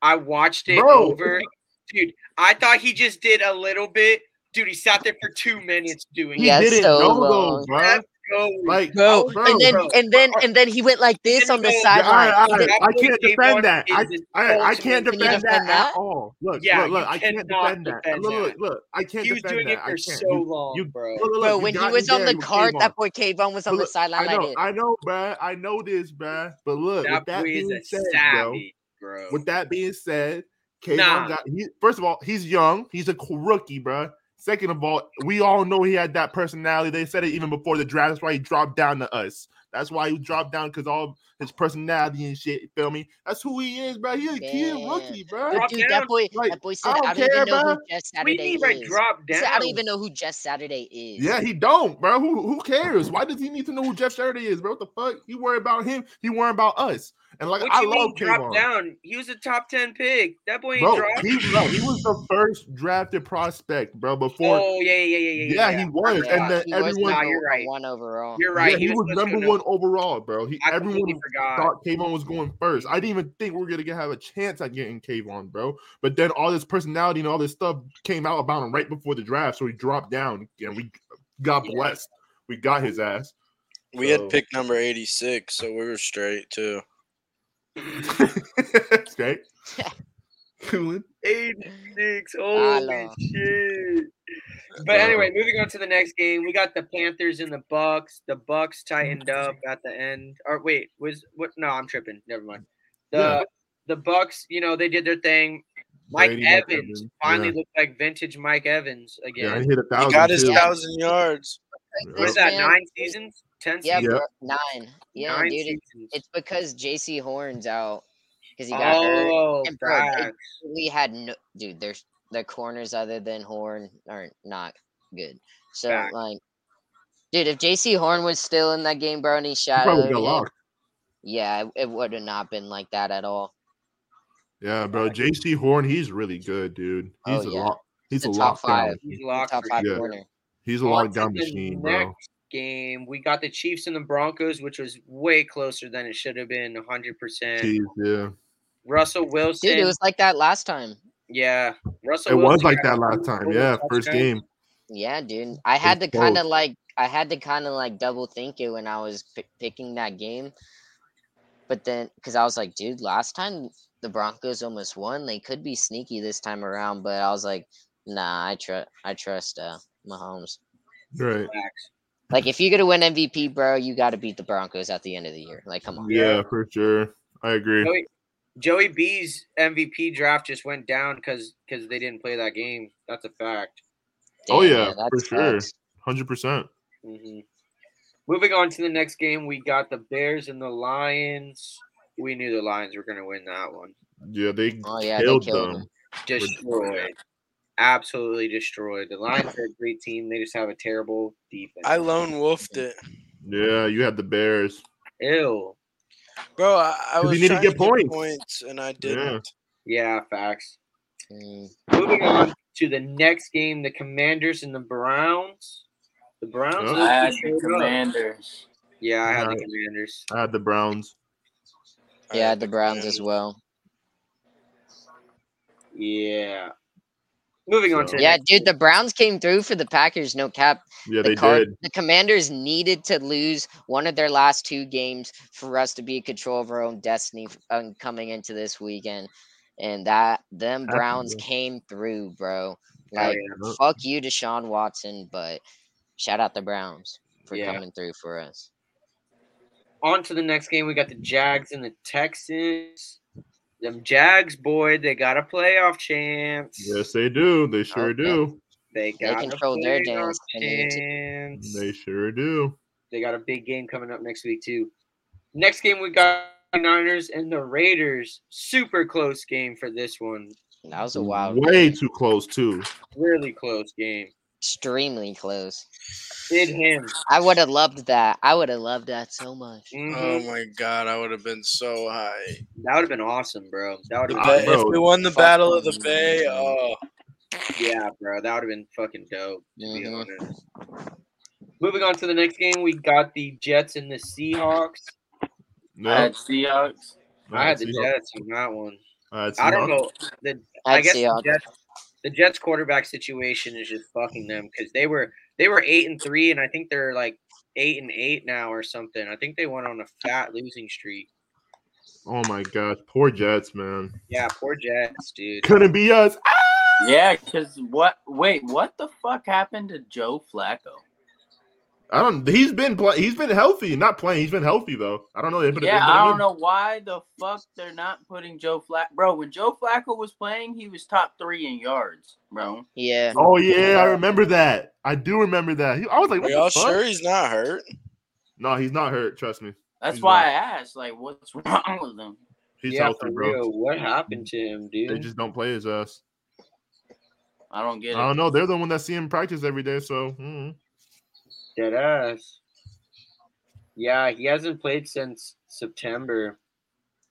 S1: I watched it
S2: Bro.
S1: over. Dude, I thought he just did a little bit. Dude, he sat there for two minutes doing
S2: He
S1: it.
S3: Yeah,
S2: didn't
S3: so
S2: know
S3: long.
S2: though, bro.
S1: That's so
S2: Like,
S3: Bro,
S2: bro,
S3: Oh, and then
S1: bro.
S3: and then and then he went like this
S1: didn't
S3: on the
S1: go-
S2: Yeah, all right,
S3: sideline.
S2: all
S3: He
S2: right.
S3: did-
S1: That
S2: I
S1: boy
S2: can't
S1: Kayvon
S2: defend that. I,
S1: is the
S2: I, I
S1: ultimate-
S2: can't
S3: Can you
S2: defend that
S3: defend
S2: at
S3: that?
S2: all. Look,
S1: Yeah,
S2: look, look.
S1: you
S2: I can't
S1: cannot
S2: defend that.
S1: defend
S2: look,
S1: that.
S2: look, look. I can't
S1: He was
S2: defend
S1: doing
S2: that.
S1: it
S2: I
S1: for
S2: can't.
S1: so
S2: you,
S1: long,
S2: you,
S1: bro.
S2: look, look, look,
S3: Bro,
S2: you
S3: when he
S2: got
S3: was
S2: me
S3: on
S2: there
S3: the
S2: with
S3: cart,
S2: Kayvon.
S3: that boy Kayvon was on the
S2: Look, I
S3: sideline like
S2: know,
S3: this.
S2: I know, bruh. I know this, bruh. But look,
S1: That
S2: with that
S1: boy is
S2: being
S1: a
S2: said, bro.
S1: savage, bro.
S2: With that being said, Kayvon
S1: Nah.
S2: got. He, first of all, he's young. He's a qu- rookie, bruh. Second of all, we all know he had that personality. They said it even before the draft. That's why he dropped down to us. That's why he dropped down because all his personality and shit. You feel me? That's who he is, bruh. He a kid
S3: Yeah.
S2: rookie,
S1: Drop
S2: bruh.
S3: But dude,
S1: down.
S3: that boy,
S2: Like,
S3: that boy said,
S2: I
S3: I
S2: don't
S3: don't, even
S2: care,
S3: know
S2: bro.
S3: who Jess
S1: We
S3: Saturday
S1: need
S3: is.
S1: to drop
S3: He
S1: down.
S3: said, I don't even know who Jess Saturday is.
S2: Yeah, he don't, bro. Who who cares? Why does he need to know who Jeff Saturday is, bro? What the fuck? He worry about him. He worry about us. And like,
S1: What
S2: I
S1: you
S2: love
S1: mean drop
S2: Kayvon.
S1: down? He was a top ten pick. That boy ain't
S2: Bro,
S1: dropped.
S2: he, bro, he was the first drafted prospect, bro. Before,
S1: Oh yeah, yeah, yeah, yeah, yeah.
S2: yeah,
S1: yeah.
S2: he was,
S3: Yeah,
S2: and then
S3: Oh he was
S2: everyone,
S1: Nah,
S3: number
S1: you're right.
S3: one overall.
S1: You're right.
S2: yeah, he, was,
S1: supposed to
S2: number
S1: know.
S2: one overall, bro. He
S1: I completely
S2: everyone
S1: forgot.
S2: thought Kayvon was going first. I didn't even think we were gonna get, have a chance at getting Kayvon, bro. But then all this personality and all this stuff came out about him right before the draft, so he dropped down, and we got
S1: Yeah.
S2: blessed. We got his ass.
S4: We
S2: So-
S4: had pick number 86, so we were straight too.
S2: okay. Coolin.
S1: Eighty six. Holy
S3: Hello.
S1: shit. But anyway, moving on to the next game, we got the Panthers and the Bucks. The Bucks tightened up at the end. Or wait, was what? No, I'm tripping. Never mind. The
S2: Yeah.
S1: the Bucks, you know, they did their thing. Mike
S2: Brady, Mike
S1: Evans,
S2: Evans,
S1: finally
S2: yeah.
S1: looked like vintage Mike Evans again.
S2: Yeah, he hit a
S4: He
S2: thousand.
S4: got his
S2: too.
S4: thousand yards.
S2: Yeah.
S1: what is
S3: This
S1: that?
S3: man-
S1: Nine seasons? Ten
S3: Yeah,
S1: seasons?
S2: Yeah.
S3: bro, nine. Yeah,
S1: nine
S3: dude, it-
S1: seasons.
S3: it's because JC Horn's out because he got hurt.
S1: oh,
S3: And bro, they-
S1: facts.
S3: We had no dude. There's the corners other than Horn are not good. So
S1: Fact.
S3: like, dude, if JC Horn was still in that game, bro, and he
S2: He probably
S3: shadowed
S2: got
S3: him,
S2: locked.
S3: yeah, it, it would have not been like that at all.
S2: Yeah, bro. JC Horn, he's really good, dude.
S3: Oh,
S2: He's a
S3: yeah.
S2: lot. He's a
S3: The top
S2: lockdown.
S3: five.
S1: He's
S3: The
S1: locked
S3: top
S1: for
S3: five
S1: sure.
S3: corner.
S2: He's a
S1: On to
S2: lockdown
S1: the
S2: machine, bro.
S1: next Game. We got the Chiefs and the Broncos, which was way closer than it should have been. 100. percent
S2: Jeez, yeah.
S1: Russell Wilson.
S3: Dude, it was like that last time.
S1: yeah, Russell.
S2: It was
S1: Wilson
S2: like
S1: had
S2: that last
S1: two
S2: time.
S1: total
S2: Yeah, first
S1: touchdowns.
S2: game.
S3: Yeah, dude. I had to
S2: was
S3: kind of
S2: close.
S3: like I had to kind of like double think it when I was p- picking that game. But then cuz I was like, dude, last time the Broncos almost won, they could be sneaky this time around, but I was like, nah, I trust I trust uh Mahomes.
S2: Right.
S1: Facts.
S3: Like if you're going to win MVP, bro, you got to beat the Broncos at the end of the year. Like come on.
S2: Yeah, for sure. I agree.
S1: Joey, Joey B's MVP draft just went down because because they didn't play that game. That's a fact.
S2: Oh,
S3: Damn,
S2: yeah,
S3: that
S2: for sure.
S3: sucks.
S2: Hundred percent.
S1: hmm Moving on to the next game, we got the Bears and the Lions. We knew the Lions were going to win that one.
S2: Yeah, they
S3: Oh yeah,
S2: killed,
S3: they killed
S2: them.
S3: him.
S1: Destroyed. Absolutely destroyed. The Lions are a great team. They just have a terrible defense.
S4: I lone wolfed it,
S2: Yeah, you had the Bears.
S1: Ew.
S4: bro. I, I
S2: 'Cause you
S4: was
S2: need to
S4: trying
S2: get points.
S4: points, and I didn't.
S1: Yeah, facts.
S3: Mm,
S1: Moving on to the next game, the Commanders and the Browns. The Browns.
S2: Oh.
S1: look
S5: I
S1: who
S5: had the
S1: showed up.
S5: commanders.
S1: Yeah, I had the
S2: Alright.
S1: Commanders.
S2: I had the Browns.
S4: I
S3: yeah,
S4: had
S3: the Browns
S4: Commanders.
S3: as well.
S1: Yeah. Moving on
S2: So-
S1: to the
S3: Yeah,
S1: next
S3: dude, the Browns came through for the Packers, no cap.
S2: Yeah,
S3: the
S2: they
S3: Card-
S2: did.
S3: The Commanders needed to lose one of their last two games for us to be in control of our own destiny f- um, coming into this weekend, and that them
S2: Happened,
S3: Browns
S2: bro.
S3: came through, bro.
S1: Oh,
S3: Like,
S1: yeah.
S3: fuck you, Deshaun Watson, but shout out the Browns for
S1: Yeah.
S3: coming through for us.
S1: On to the next game. We got the Jags and the Texans. Them Jags, boy, they got a playoff chance.
S2: Yes, they do. They sure
S3: Okay.
S2: do.
S1: They got a
S3: control their
S1: playoff
S3: destiny, too.
S1: chance.
S2: They sure do.
S1: They got a big game coming up next week too. Next game we got the Niners and the Raiders. Super close game for this one.
S3: That was a wild,
S2: Way
S3: game.
S2: too close too.
S1: Really close game.
S3: extremely close.
S1: Did him.
S3: I would have loved that. I would have loved that so much.
S1: Mhm.
S4: Oh
S3: Mm-hmm.
S4: my god, I would have been so high.
S1: that would have been awesome, bro. That would
S4: The
S1: have
S2: I
S4: ba-
S1: been
S2: bet-
S4: if
S2: know.
S4: we won the
S3: Fuck
S4: Battle of the
S3: them.
S4: Bay, oh,
S1: yeah, bro. That would have been fucking dope. To be
S3: Mhm.
S1: honest. Moving on to the next game, we got the Jets and the Seahawks.
S2: No,
S5: I had Seahawks.
S1: I had the Jets on that one. I don't know. The I
S3: I'd
S1: guess
S3: see
S1: the
S3: y'all.
S1: Jets, the Jets quarterback situation is just fucking them because they were they were eight and three, and I think they're like eight and eight now or something. I think they went on a fat losing streak.
S2: Oh my gosh, poor Jets, man.
S1: Yeah, poor Jets, dude.
S2: Couldn't be us.
S5: Yeah, because what? Wait, what the fuck happened to Joe Flacco?
S2: I don't. He's been play, He's been healthy. Not playing. He's been healthy though. I don't know. They put it- they
S5: Yeah,
S2: put
S5: I
S2: him
S5: don't
S2: in.
S5: know why the fuck they're not putting Joe Flacco. Bro, when Joe Flacco was playing, he was top three in yards, bro.
S3: Yeah.
S2: Oh yeah, I remember that. I do remember that. He- I was like,
S4: are
S2: what the
S4: y'all
S2: fuck?
S4: sure he's not hurt?
S2: No, he's not hurt. Trust me.
S5: That's
S2: He's
S5: why
S2: not.
S5: I asked, like, what's wrong with him?
S2: He's
S1: yeah,
S2: healthy,
S1: for
S2: bro.
S1: real. What happened to him,
S2: They
S1: dude?
S2: just don't play his ass.
S5: I don't
S2: I
S5: get it.
S2: don't know. They're the one that see him practice every day. So mm.
S1: Dead ass. Yeah, he hasn't played since September,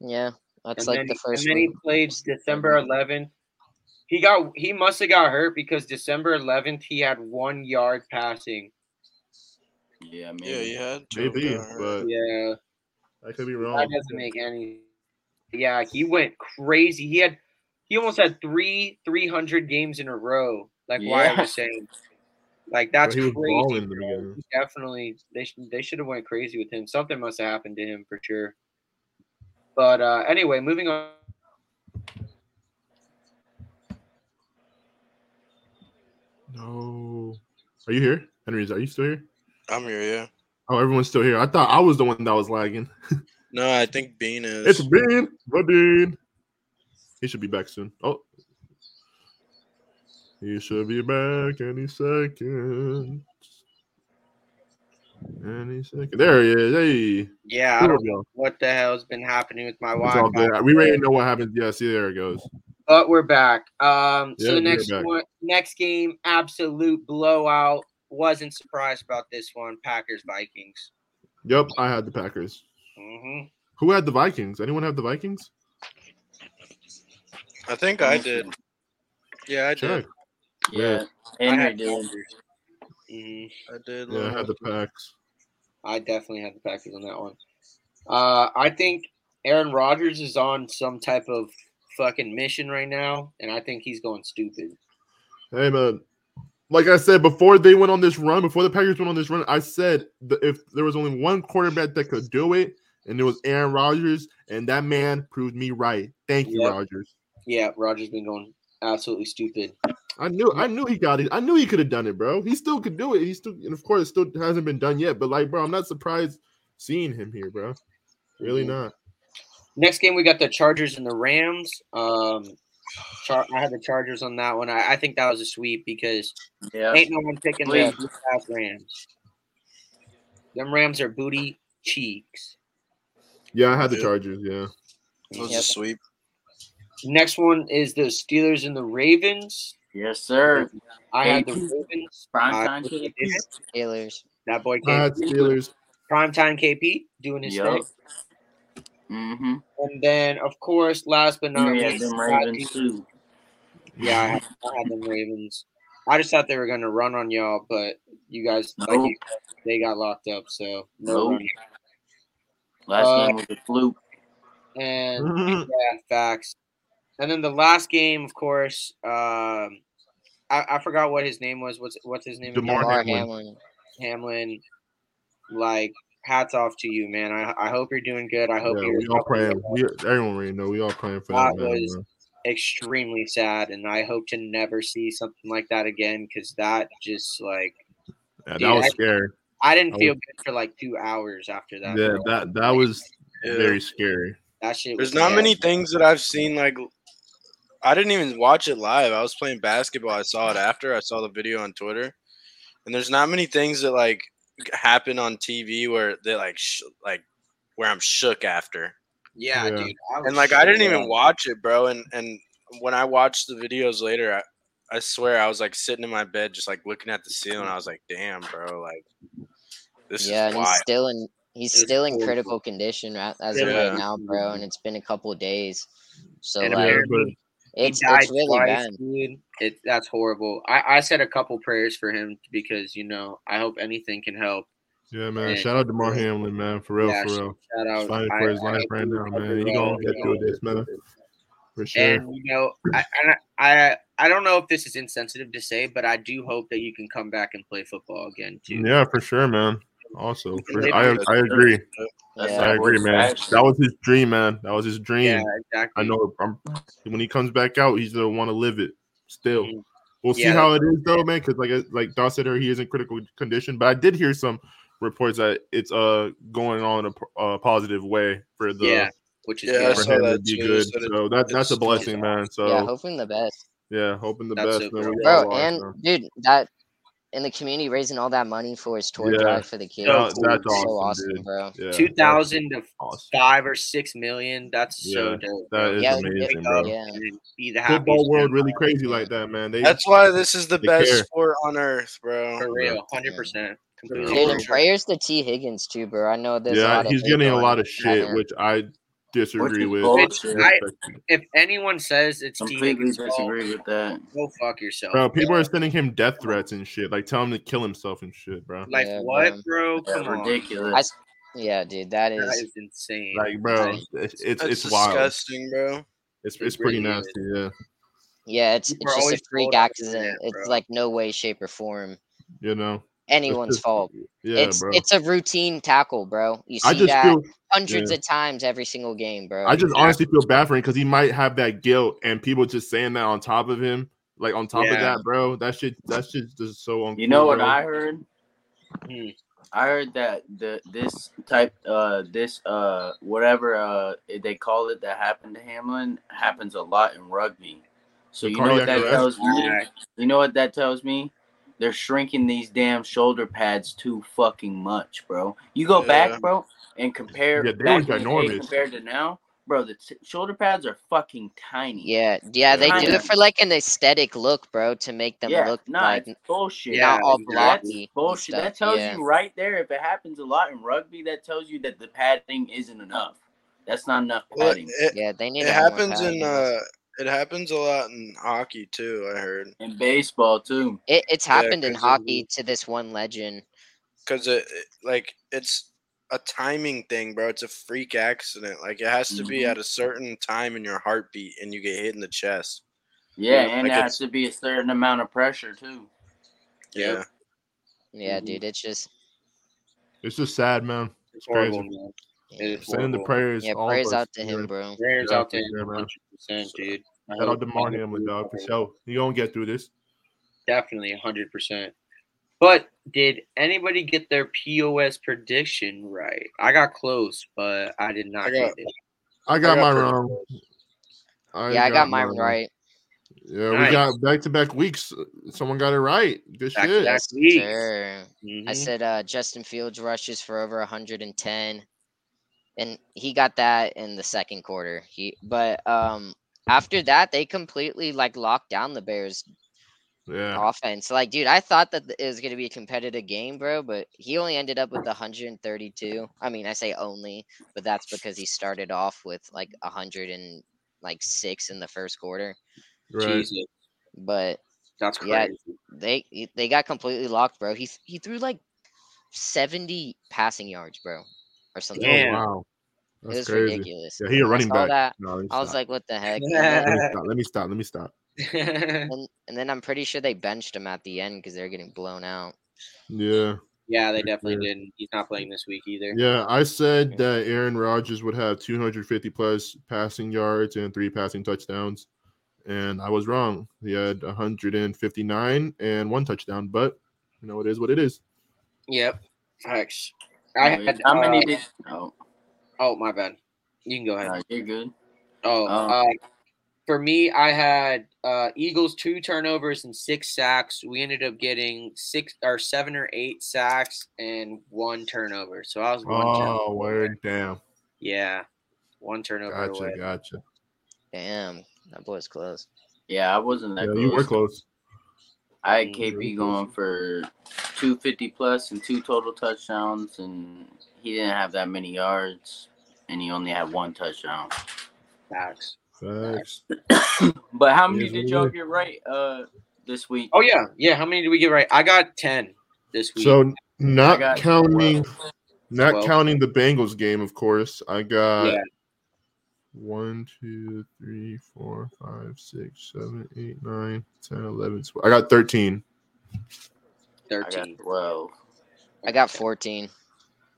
S3: Yeah. That's
S1: and
S3: like
S1: then,
S3: the first
S1: and then he
S3: week.
S1: played December 11th. He got he must have got hurt because December 11th he had one yard passing.
S5: Yeah, man.
S4: Yeah, you had Joe
S2: maybe,
S4: got hurt.
S2: but
S1: Yeah.
S2: I could be wrong.
S1: That doesn't make any. Yeah, he went crazy. He had, he almost had three three hundred games in a row. Like why
S5: Yeah.
S1: was saying, like
S2: Bro,
S1: that's
S2: he was balling
S1: crazy.
S2: in the
S1: bro.
S2: beginning.
S1: Definitely, they sh- they should have went crazy with him. Something must have happened to him for sure. But uh anyway, moving on.
S2: No. Are you here, Henry's? Are you still here?
S4: I'm here, yeah.
S2: Oh, everyone's still here. I thought I was the one that was lagging.
S4: No, I think Bean is.
S2: It's Bean. What Bean? He should be back soon. Oh. He should be back any second. Any second. There he is. Hey.
S1: Yeah, I
S2: There
S1: don't
S2: we go.
S1: know what the hell's been happening with my
S2: It's all
S1: Wi-Fi.
S2: good. We already know what happens. Yeah, see, there it goes.
S1: But we're back. Um, so
S2: Yeah,
S1: the
S2: we're
S1: next
S2: back.
S1: one, next game, absolute blowout. Wasn't surprised about this one. Packers Vikings.
S2: Yep, I had the Packers.
S1: hmm
S2: Who had the Vikings? Anyone have the Vikings?
S4: I think I did. Yeah, I
S2: Check.
S4: did.
S5: Yeah,
S1: I
S5: Henry
S1: had
S5: did.
S1: Packers. Mhm.
S4: I did. uh,
S2: Yeah, I
S4: look.
S2: had the Packs.
S1: I definitely had the Packers on that one. Uh, I think Aaron Rodgers is on some type of fucking mission right now, and I think he's going stupid.
S2: Hey man, like I said before they went on this run, before the Packers went on this run, I said the, if there was only one quarterback that could do it, and it was Aaron Rodgers, and that man proved me right. Thank you,
S1: Yep.
S2: Rodgers.
S1: Yeah, Rodgers been going absolutely stupid.
S2: I knew, I knew he got it. I knew he could have done it, bro. He still could do it. He still, and of course, it still hasn't been done yet. But like, bro, I'm not surprised seeing him here, bro. Really
S1: Mhm.
S2: not.
S1: Next game, we got the Chargers and the Rams. Um, Char- I had the Chargers on that one. I, I think that was a sweep because
S5: Yeah.
S1: ain't no one picking the
S5: Please.
S1: ass Rams. Them Rams are booty cheeks.
S2: Yeah, I had the
S4: Yeah.
S2: Chargers. Yeah,
S4: It was
S1: Yep.
S4: a sweep.
S1: Next one is the Steelers and the Ravens.
S5: Yes, sir.
S1: I had the
S5: KP.
S1: Ravens. I
S5: Primetime
S1: really
S5: KP.
S1: did it.
S3: Steelers.
S1: That boy
S2: I
S1: KP,
S2: had Steelers.
S1: primetime KP doing his
S5: Yup.
S1: thing.
S5: Mm-hmm.
S1: And then, of course, last but not
S5: Henry had
S1: least,
S5: them
S1: I-
S5: Ravens, too.
S1: yeah, I had, I had them Ravens. I just thought they were going to run on y'all, but you guys, like,
S5: Nope.
S1: you- they got locked up, so no
S5: Nope.
S1: running.
S5: Last
S1: Uh,
S5: game was a fluke.
S1: And yeah, facts. And then the last game, of course, um, I, I forgot what his name was. What's what's his name? again?
S2: DeMar
S3: Lamar
S2: Hamlin.
S3: Hamlin.
S1: Hamlin, like hats off to you, man. I, I hope you're doing good. I
S2: Yeah,
S1: hope you're
S2: we all praying. We everyone already know we all praying for
S1: That
S2: that man.
S1: was-
S2: bro.
S1: extremely sad, and I hope to never see something like that again because that just like
S2: Yeah, that
S1: Dude,
S2: was
S1: I-
S2: scary.
S1: I didn't
S2: I
S1: feel good for like two hours after that.
S2: Yeah,
S1: bro.
S2: that that was
S4: Yeah.
S2: very scary.
S1: that shit.
S4: There's
S1: was
S4: not
S1: bad.
S4: many things that I've seen like I didn't even watch it live. I was playing basketball. I saw it after. I saw the video on Twitter. And there's not many things that like happen on TV where they like sh- like where I'm shook after.
S1: Yeah,
S2: Yeah.
S1: dude.
S3: Oh,
S1: I was
S4: And like I didn't
S1: shook.
S4: even watch it, bro. And and when I watched the videos later, I, I swear I was like sitting in my bed just like looking at the ceiling. I was like, "Damn, bro, like this
S3: yeah,
S4: is
S3: and he's
S4: wild."
S3: still in he's
S1: It's
S3: still in
S1: horrible.
S3: critical condition right, as of
S4: Yeah.
S3: right now, bro. And it's been a couple of days, so
S1: And
S3: like
S1: apparently
S2: but-
S1: he
S3: it's
S1: died
S3: it's really
S1: twice,
S3: bad.
S1: dude. It that's horrible. I I said a couple prayers for him because you know I hope anything can help.
S2: Yeah, man.
S1: Yeah.
S2: Shout out to Mark Hamlin, man. For real,
S1: Yeah,
S2: for
S1: shout
S2: real.
S1: Shout out
S2: fighting
S1: I-
S2: for his
S1: I
S2: life
S1: hope
S2: right now,
S1: recovers
S2: man. He
S1: well,
S2: gonna get
S1: you
S2: through
S1: know.
S2: this, man. For sure.
S1: And you know, I, I I I don't know if this is insensitive to say, but I do hope that you can come back and play football again too.
S2: yeah, for sure, man. Also, for,
S1: Maybe
S2: I
S4: that's
S2: I
S4: true.
S2: agree.
S4: That's
S3: Yeah.
S2: I
S4: not
S2: agree,
S4: worth
S2: man.
S4: it.
S2: That was his dream, man. That was his dream.
S1: Yeah, exactly.
S2: I know. I'm, when he comes back out, he's gonna want to live it. Still,
S1: Mhm.
S2: we'll
S1: Yeah,
S2: see how it is, though, man. Because like like Don said, earlier, he is in critical condition. But I did hear some reports that it's uh going on in a, p- a positive way for the
S1: Yeah, Which is
S4: Yeah,
S1: good.
S4: I
S2: for
S4: saw
S2: him to
S4: that
S2: be
S4: too.
S2: good.
S4: So that-
S2: So that that's a
S4: it's-
S2: blessing, man. So
S3: Yeah,
S2: yeah,
S3: hoping the best.
S2: hoping the
S1: That's
S2: best,
S1: it,
S2: man.
S1: bro.
S2: We all
S3: bro
S2: are,
S3: and
S2: so.
S3: dude that in the community raising all that money for his tour
S2: Yeah.
S3: drive for the kids
S1: So
S3: is
S1: cool,
S2: that's
S3: so
S2: awesome,
S3: awesome
S2: dude.
S3: bro
S2: Yeah,
S1: two
S2: that's
S1: thousand to
S2: awesome.
S1: five or six million. That's so
S2: Yeah,
S1: dope.
S2: that
S1: bro.
S2: is
S3: Yeah, it-
S2: amazing,
S1: Wake up
S2: bro.
S3: yeah.
S1: and then Be the happiest
S2: Football
S1: man
S2: world really crazy like that, man. They
S4: That's why this is the
S2: They
S4: best
S2: care.
S4: sport on earth, bro.
S1: for real, hundred percent, completely.
S4: Yeah.
S3: dude
S1: agree.
S3: and prayers to t higgins too bro i know there's a
S2: yeah,
S3: lot of
S2: he's
S3: hate
S2: getting a
S3: on
S2: lot of
S3: that
S2: shit,
S3: man.
S2: which I
S5: Which
S2: disagree
S5: is
S2: with.
S5: bullshit.
S1: I- If anyone says it's T.
S5: Completely
S1: Higgins' fault,
S5: disagree with that.
S1: go fuck yourself.
S2: Bro, people are sending him death threats and shit. Like, tell him to kill himself and shit, bro.
S1: Like
S3: Yeah,
S1: what, bro? Come
S5: That's
S1: on,
S3: I
S5: ridiculous.
S3: s- yeah dude that
S1: that
S3: is
S1: is insane.
S2: Like, bro, it's it's,
S4: That's
S2: it's wild.
S4: disgusting, bro.
S2: It's
S1: It
S2: it's pretty
S1: really is.
S2: nasty. Yeah,
S3: yeah it's
S1: You
S3: it's
S1: were
S3: just a
S1: always
S3: freak
S1: told I was
S3: accident
S1: bad,
S3: it's
S1: bro.
S3: like no way shape or form
S2: you know. It's
S3: anyone's
S2: just-
S3: fault
S2: Yeah,
S3: it's
S2: bro.
S3: it's a routine tackle bro you
S2: I
S3: see
S2: just
S3: that
S2: feel.
S3: hundreds
S2: yeah.
S3: of times every single game bro
S2: I just honestly feel bad for him because he might have that guilt and people just saying that on top of him. Like on top of
S1: Yeah.
S2: that, bro. That shit. That shit's just so uncool.
S5: You know what
S2: bro.
S5: I heard?
S1: Hmm.
S5: I heard that the this type uh this uh whatever uh they call it that happened to Hamlin happens a lot in rugby. So
S2: The
S5: you know what
S2: cardiac
S5: that
S2: arrest?
S5: tells me?
S1: Yeah,
S5: You know what that tells me? They're shrinking these damn shoulder pads too fucking much, bro. You go
S4: Yeah.
S5: back, bro, and compare
S2: Yeah, they were
S5: back in the day
S2: ginormous.
S5: compared to now, bro. The t- shoulder pads are fucking tiny.
S3: yeah yeah they do
S5: Kinda.
S3: it for like an aesthetic look bro to make them
S5: yeah,
S3: look
S5: nah,
S3: like
S5: it's bullshit.
S1: Yeah,
S3: not all
S1: exactly.
S3: blocky.
S5: That's
S3: and
S5: bullshit.
S3: stuff,
S5: That tells
S3: yeah.
S5: you right there if it happens a lot in rugby, that tells you that the padding isn't enough. That's not enough
S4: Well,
S5: padding.
S4: it,
S3: Yeah, they need
S4: it
S3: to have more
S4: happens in
S3: padding.
S4: uh, it happens a lot in hockey too. I heard
S5: In baseball too.
S3: it, it's
S4: yeah,
S3: happened in
S4: 'cause it'll
S3: hockey
S4: be-
S3: to this one legend.
S4: because it, it- like it's a timing thing, bro. It's a freak accident. Like it has to be
S3: Mm-hmm.
S5: Mhm.
S4: at a certain time in your heartbeat, and you get hit in the chest.
S5: Yeah,
S4: Yeah,
S5: and
S4: like
S5: there
S4: it's-
S5: has to be a certain amount of pressure too.
S1: Yep.
S4: Yeah,
S3: Yeah,
S4: Mm-hmm.
S5: Mhm.
S3: dude, it's just
S2: It's just sad, man.
S1: it's
S2: crazy.
S1: horrible, man.
S3: yeah,
S1: It's
S2: Sending the
S1: horrible.
S2: prayers.
S3: yeah
S2: all of
S3: prayers
S2: us,
S3: out to
S2: you know.
S3: him, bro.
S1: Prayers
S2: Yeah,
S1: out
S2: for
S1: there,
S2: sure, man.
S1: hundred percent, dude. I
S2: Shout
S1: hope-
S2: out to
S1: I
S2: Mark
S1: hope
S2: Hamlin,
S1: you
S2: dog, for
S1: recover.
S2: sure. You gonna get through this.
S1: Definitely, hundred percent. But did anybody get their POS prediction right? I got close, but I did not
S4: I
S1: get
S4: got-
S1: it.
S2: I got,
S4: got
S2: mine
S4: pretty
S2: wrong.
S3: yeah, I got mine right.
S2: Yeah,
S1: Nice.
S2: we got back to back weeks. Someone got it right. Good
S1: Back to
S2: shit.
S1: back.
S3: Yes,
S1: week.
S3: sir. I
S1: Mhm.
S3: said uh, Justin Fields rushes for over 110, and he got that in the second quarter. He, but um, after that, they completely like locked down the Bears
S2: Yeah,
S3: offense. Like, dude, I thought that th- it was gonna be a competitive game, bro, but he only ended up with 132. I mean, I say only, but that's because he started off with like 100 and like six in the first quarter.
S2: right.
S1: Jesus,
S3: But
S1: that's
S3: Yeah.
S1: crazy.
S3: they he- they got completely locked, bro. He th- he threw like 70 passing yards, bro, or something.
S1: Damn.
S2: Oh wow,
S3: it
S2: that's
S3: was
S2: crazy.
S3: ridiculous.
S2: Yeah, he a
S3: I
S2: running
S3: saw
S2: back.
S3: that.
S2: No, let me
S3: I was
S2: stop.
S3: like, what the heck? And then,
S2: Let me stop. Let me stop. Let me stop.
S3: and, and then I'm pretty sure they benched him at the end because they're getting blown out.
S2: Yeah,
S1: yeah, they
S2: for
S1: definitely
S2: sure.
S1: didn't. He's not playing this week either.
S2: yeah. I said that Aaron Rodgers would have 250 plus passing yards and three passing touchdowns. and I was wrong. He had 159 and one touchdown, but you know it is what it is.
S1: Yep. Facts. I had
S5: How many
S1: uh,
S5: did? Oh,
S1: Oh, my bad. You can go ahead.
S5: no, you're good.
S1: Oh,
S5: Um,
S1: uh, for me, I had uh, Eagles two turnovers and six sacks. We ended up getting six or seven or eight sacks and one turnover. So I was one.
S2: Oh,
S1: turnover.
S2: word, damn.
S1: Yeah, one turnover
S2: Gotcha,
S1: away.
S2: gotcha.
S3: Damn, that boy's close.
S5: Yeah, I wasn't that
S2: Yeah,
S5: close.
S2: you were close.
S5: I had
S1: Mm,
S5: KP
S2: really
S5: going for 250 plus and two total touchdowns, and he didn't have that many yards, and he only had one touchdown.
S1: Sacks.
S2: Facts.
S5: But how many
S2: Yes,
S5: did
S2: we
S5: y'all
S2: did.
S5: get right uh this week?
S1: Oh yeah, yeah. How many did we get right? I got ten this week.
S2: So
S5: I
S2: not
S5: got
S2: counting,
S5: 12.
S2: not
S1: Twelve.
S2: counting the Bengals game, of course. I got
S1: yeah,
S2: one, two, three, four, five, six, seven, eight, nine, ten, eleven, twelve. I got thirteen.
S5: I got
S1: thirteen.
S5: 12.
S3: I got 14.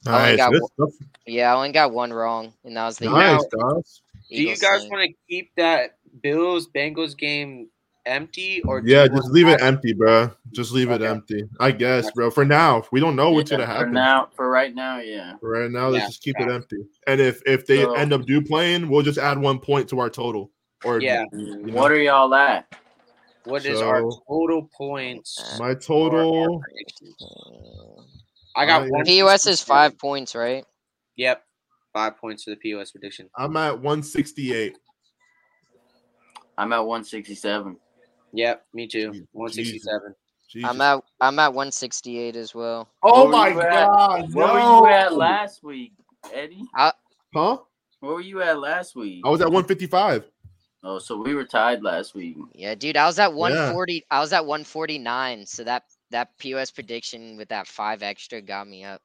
S3: I only
S2: Nice.
S3: got
S2: That's
S3: one-
S2: tough.
S3: Yeah, I only got one wrong, and that was the
S2: Nice, guys.
S1: Do you
S3: Eagles
S1: guys
S3: thing.
S1: want to keep that Bills Bengals game empty or do
S2: Yeah,
S1: you
S2: just
S1: wanna
S2: leave it
S1: add-
S2: empty, bro. Just leave it
S1: Okay.
S2: empty. I guess, bro. For now, we don't know what's
S5: Yeah,
S2: gonna
S5: for
S2: happen.
S5: now, for right now, yeah.
S2: Right now, let's
S1: Yeah,
S2: just keep it
S1: facts.
S2: empty. And if if they
S5: So-
S2: end up do playing, we'll just add one point to our total. Or
S1: Yeah.
S2: You know?
S5: What are y'all at?
S1: What is our
S2: So-
S1: total points?
S3: Uh,
S2: my total.
S1: I got
S2: I-
S1: one.
S3: POS is five points, right?
S1: Yep, five points for the POS prediction.
S2: I'm at 168.
S5: I'm at 167.
S1: Yep, me too.
S2: Jesus.
S1: One sixty-seven.
S2: Jesus.
S3: I'm at I'm at 168 as well.
S2: oh
S5: What were
S2: my
S5: you at?
S2: god!
S5: Where
S2: no.
S5: were you at last week, Eddie?
S2: Huh?
S5: Where were you at last week?
S2: I was at 155.
S5: Oh, so we were tied last week.
S3: Yeah, dude, I was at 140. I was at 149. So that that POS prediction with that five extra got me up.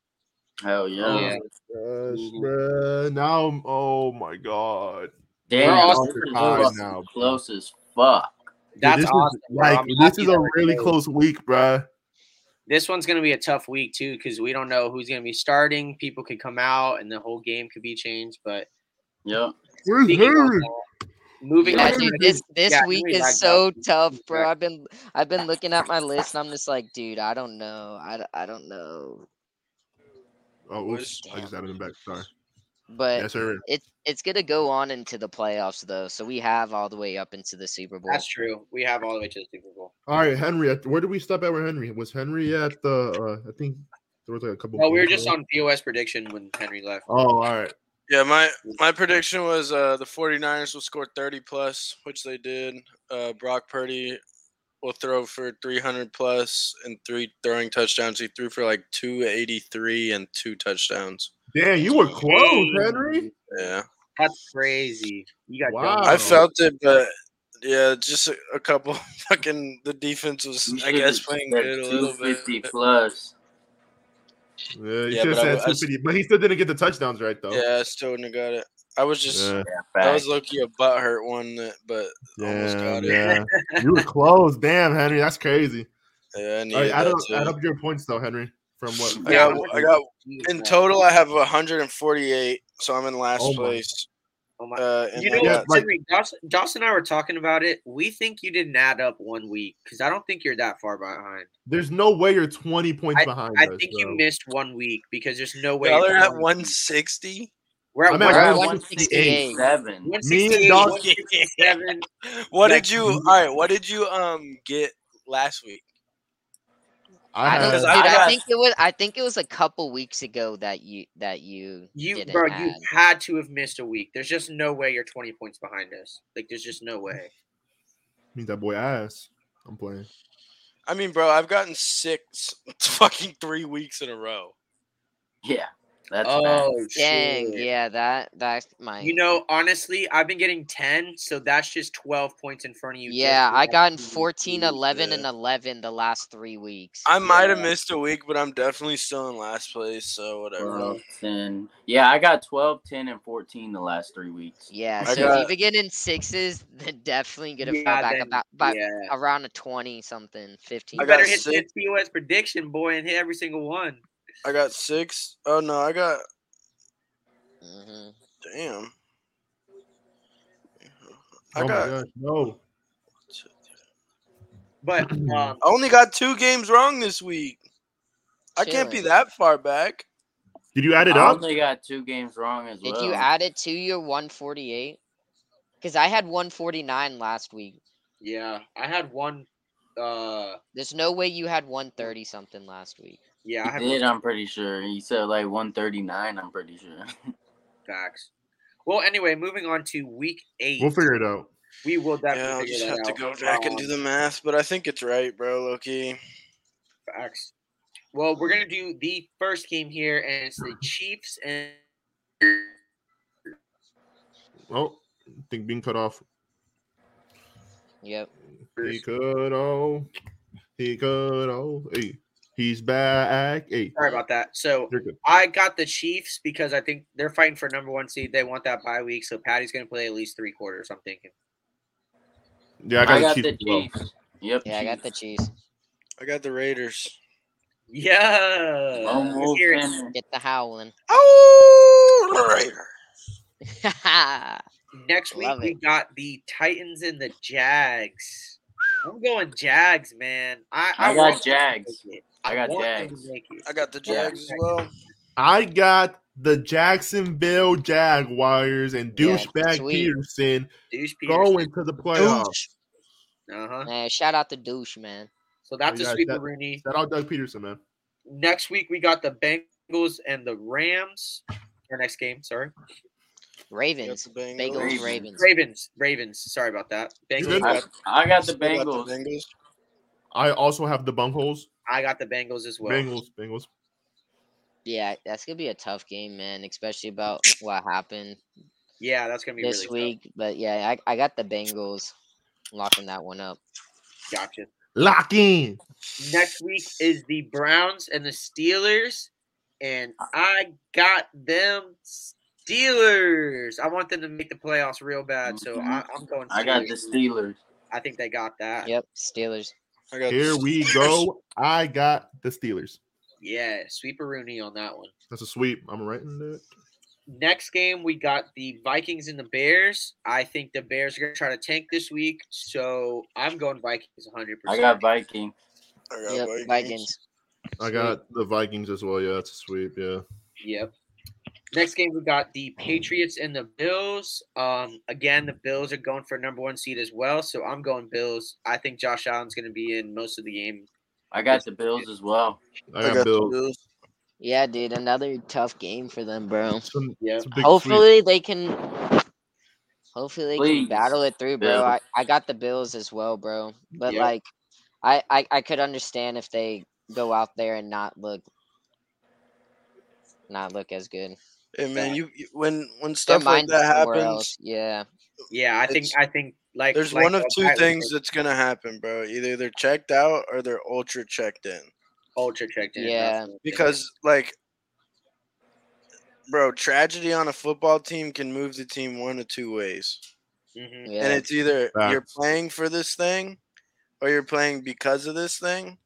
S5: Hell
S1: Oh,
S5: yeah.
S1: yeah.
S2: Oh my gosh,
S1: Mhm.
S2: bro. Now, I'm- oh my god.
S1: We're
S5: Damn,
S1: all
S5: this is
S1: tied
S5: fucking
S2: now, bro.
S5: close as fuck.
S2: Dude,
S1: That's
S2: this
S1: awesome.
S2: Is,
S1: bro.
S2: like,
S1: I'm
S2: this
S1: happy
S2: is a
S1: that we're
S2: really
S1: close.
S2: close week, bruh.
S1: This one's gonna be a tough week too because we don't know who's gonna be starting. People could come out and the whole game could be changed. But
S5: Yep.
S2: Where's
S1: speaking of
S2: Harry?
S1: that, moving
S3: Yeah,
S1: on.
S3: dude,
S1: to-
S3: this this
S1: Yeah,
S3: week
S1: Henry
S3: is
S1: lagged
S3: so
S1: out.
S3: tough,
S1: Back.
S3: bro. I've been I've been looking at my list and I'm just like, dude, I don't know. I, d- I don't know.
S2: Oh, oops.
S3: Where's-
S2: I just added him back. Sorry.
S3: But
S2: Yes, sir.
S3: it's it's gonna go on into the playoffs though, so we have all the way up into the Super Bowl.
S1: That's true. We have all the way to the Super Bowl.
S2: All right, Henry. at- Where did we stop at with Henry? Was Henry at the? Uh, I think there was like a couple.
S1: No, we were
S2: games
S1: just
S2: left.
S1: on POS prediction when Henry left.
S2: Oh, all right.
S4: Yeah, my my prediction was uh, the 49ers will score 30 plus, which they did. Uh, Brock Purdy will throw for 300 plus and three throwing touchdowns. He threw for like 283 and two touchdowns.
S2: Damn, you were close,
S1: Hey.
S2: Henry.
S4: Yeah,
S1: That's crazy. You got
S2: Wow.
S1: dumb.
S4: I felt it, but yeah, just a, a couple fucking the defense was,
S5: You
S4: I
S5: should've
S4: guess, playing
S5: said
S4: good a little bit.
S5: 250 plus.
S2: Yeah, you
S4: Yeah,
S2: should have
S4: but I
S2: said
S4: was- I
S2: two
S4: was-
S2: fifty, but he still didn't get the touchdowns right though.
S4: Yeah, I still wouldn't have got it. I was just
S2: yeah,
S5: Yeah,
S4: that was
S5: fact.
S4: low key a butthurt one, that, but almost got
S2: damn,
S4: it.
S2: yeah. you were close. Damn, Henry, that's crazy.
S4: Oh, yeah, I needed
S2: All right, add
S4: that
S2: up,
S4: too.
S2: add up your points though, Henry. From what?
S4: I
S1: Yeah,
S4: got, I got in total. I have 148, so I'm in last
S2: Oh my.
S4: place.
S1: Oh my-
S4: Uh, and
S1: you
S4: I
S1: know
S2: Yeah,
S1: what,
S4: got,
S2: like-
S1: Henry, Dawson, Dawson and I were talking about it. We think you didn't add up one week because I don't think you're that far behind.
S2: There's no way you're twenty points behind.
S1: I
S2: us,
S1: think you
S2: bro.
S1: missed one week because there's no way.
S4: y'all
S1: you're
S4: are at
S1: behind.
S4: 160.
S1: We're at
S2: I'm
S1: one,
S2: at
S3: We're at
S2: 168.
S3: 168.
S5: 7.
S2: Me
S1: 168,
S2: and Dawson-
S1: 167.
S4: What
S1: Yeah,
S4: did you? All right, what did you um get last week?
S3: I
S2: I
S3: don't,
S2: had,
S4: Because
S3: dude.
S4: I
S3: I,
S4: got-
S3: think it was. I think it was a couple weeks ago that you that you
S1: You,
S3: didn't
S1: bro,
S3: add.
S1: you had to have missed a week. There's just no way you're 20 points behind us. Like, there's just no way.
S2: means that boy ass. I'm playing.
S4: I mean, bro, I've gotten six fucking three weeks in a row.
S5: Yeah, that's
S1: oh,
S5: fact.
S3: Dang,
S1: shit.
S3: yeah, that that might.
S1: You know, honestly, I've been getting 10, so that's just 12 points in front of you. just
S3: yeah,
S1: for
S3: I
S1: that
S3: gotten
S1: two weeks.
S3: 14, 11,
S4: yeah.
S3: and 11 the last three weeks.
S4: I might have
S1: Yeah.
S4: missed a week, but I'm definitely still in last place. So whatever.
S5: 12, 10. Yeah, I got 12, 10, and 14 the last three weeks.
S3: Yeah,
S4: I
S3: so if
S4: got-
S3: you begin in sixes, then definitely gonna
S1: Yeah,
S3: fall back
S1: then-
S3: about by
S1: yeah.
S3: around a 20 something, 15.
S1: You
S4: got
S1: better hit
S4: six.
S1: this POS prediction, boy, and hit every single one.
S4: I got six. Oh no, I got
S3: Mhm.
S4: damn.
S2: Oh
S4: I
S2: my
S4: got
S2: Oh gosh, no.
S1: But um,
S4: I only got two games wrong this week. I can't be
S3: Chilling.
S4: that far back.
S2: Did you add it
S5: I
S2: up?
S5: only got two games wrong as
S3: Did
S5: well.
S3: you add it to your 148? Because I had 149 last week.
S1: yeah, I had one. Uh,
S3: There's no way you had 130 something last week.
S1: yeah, I
S5: I
S1: had
S5: did, I'm pretty sure. You said like 139, I'm pretty sure.
S4: Mm-hmm.
S1: Facts. Well, anyway, moving on to week 8
S2: We'll figure it out.
S1: we will definitely
S4: Yeah, I'll just
S1: figure that
S4: have to
S1: out.
S4: go back and do
S1: Um,
S4: the math, but I think it's right, bro, Loki.
S1: Facts. Well, we're gonna do the first game here, and it's the Chiefs and
S2: Oh, I think being cut off.
S3: Yep.
S2: He cut off. He cut off. Hey, he's back. Hey,
S1: sorry about that. So
S2: you're good.
S1: I got the Chiefs because I think they're fighting for number one seed. They want that bye week, so Patty's gonna play at least three quarters. I'm thinking.
S2: Yeah, I got,
S5: I got
S2: the
S5: the
S2: Chiefs. as well.
S5: Chiefs. Yep.
S3: Yeah, I got the
S5: Chiefs.
S3: cheese.
S4: I got the Raiders.
S1: Yeah.
S5: Lone
S1: Let's
S5: Wolf
S1: hear it.
S5: Tanner.
S3: Get the howling.
S4: Oh, Raiders.
S1: Next week
S3: Love
S1: we
S3: it.
S1: got the Titans and the Jags. I'm going Jags, man. I,
S5: I got
S1: want them to
S5: Jags.
S1: make it.
S5: I got
S1: want them to
S5: Jags.
S1: make it.
S4: I got the
S1: Yeah.
S4: Jags as well.
S2: I got the Jacksonville Jaguars and
S3: Yeah,
S2: douchebag
S3: sweet.
S2: Peterson
S1: Douche Peterson.
S2: going to the playoffs.
S1: Uh huh.
S3: Man, shout out to douche, man.
S1: So that's
S2: Yeah,
S1: a sweeper,
S2: that-
S1: Rooney.
S2: Shout out Doug Peterson, man.
S1: next week we got the Bengals and the Rams. Our next game, sorry.
S4: I got
S3: Ravens.
S4: the Bengals.
S3: Bagels, Ravens.
S5: Ravens.
S1: Ravens. Ravens. Sorry about that.
S2: good?
S1: Bengals.
S5: I, I got the
S4: Still got
S5: Bengals.
S2: I also have the bungholes.
S1: I got the Bengals as well.
S2: Bengals, Bengals.
S3: Yeah, that's gonna be a tough game, man, especially
S4: Mm.
S3: about what happened
S1: Yeah, that's gonna be
S3: this
S1: really
S3: week. But yeah, I, I got the Bengals locking that one up.
S1: Tough. Gotcha.
S2: Lock in.
S1: Next week is the Browns and the Steelers, and
S5: Uh
S1: I got them Steelers. I want them to make the playoffs real bad, so I, I'm going. Steelers.
S5: Mm-hmm. I got the Steelers.
S1: I think they got
S4: Ah.
S1: that.
S3: Yep, Steelers.
S4: I got
S2: Here we go. I got the Steelers.
S1: Yeah, sweeper Rooney on that one.
S2: That's a sweep. I'm writing that.
S1: Next game, we got the Vikings and the Bears. I think the Bears are going to try to tank this week, so I'm going Vikings 100%.
S5: I got Viking.
S4: I got
S3: Yep,
S4: Vikings.
S3: Vikings.
S2: I got the Vikings as well. Yeah, it's a sweep. Yeah.
S1: Yep. Next game, we got the Patriots and the Bills. Um, again, the Bills are going for number one seed as well, so I'm going Bills. I think Josh Allen's going to be in most of the game.
S5: I got the Bills as well.
S2: I got Bill.
S4: Bills.
S3: Yeah, dude, another tough game for them, bro.
S2: Some,
S1: Yeah.
S2: some big sweep.
S3: hopefully they can hopefully they
S5: Please,
S3: can battle it through bro
S5: Bills.
S3: I, I got the bills as well bro but
S1: Yep.
S3: like I, I i could understand if they go out there and not look not look as good
S4: Hey man,
S3: Yeah.
S4: you, you when when
S3: Their
S4: stuff like
S3: mind is
S4: that
S3: somewhere
S4: happens,
S3: else. yeah
S1: Yeah, I think,
S4: It's-
S1: I think, like,
S4: there's
S1: like
S4: one of
S1: what
S4: two
S1: Pat was
S4: things
S1: saying,
S4: that's gonna happen, bro. Either they're checked out or they're ultra checked in.
S1: Ultra checked in.
S3: Yeah.
S1: that's what I'm thinking.
S4: Because like, bro, tragedy on a football team can move the team one of two ways,
S1: Mhm.
S3: yeah
S4: and it's either you're
S2: Facts.
S4: playing for this thing, or you're playing because of this thing,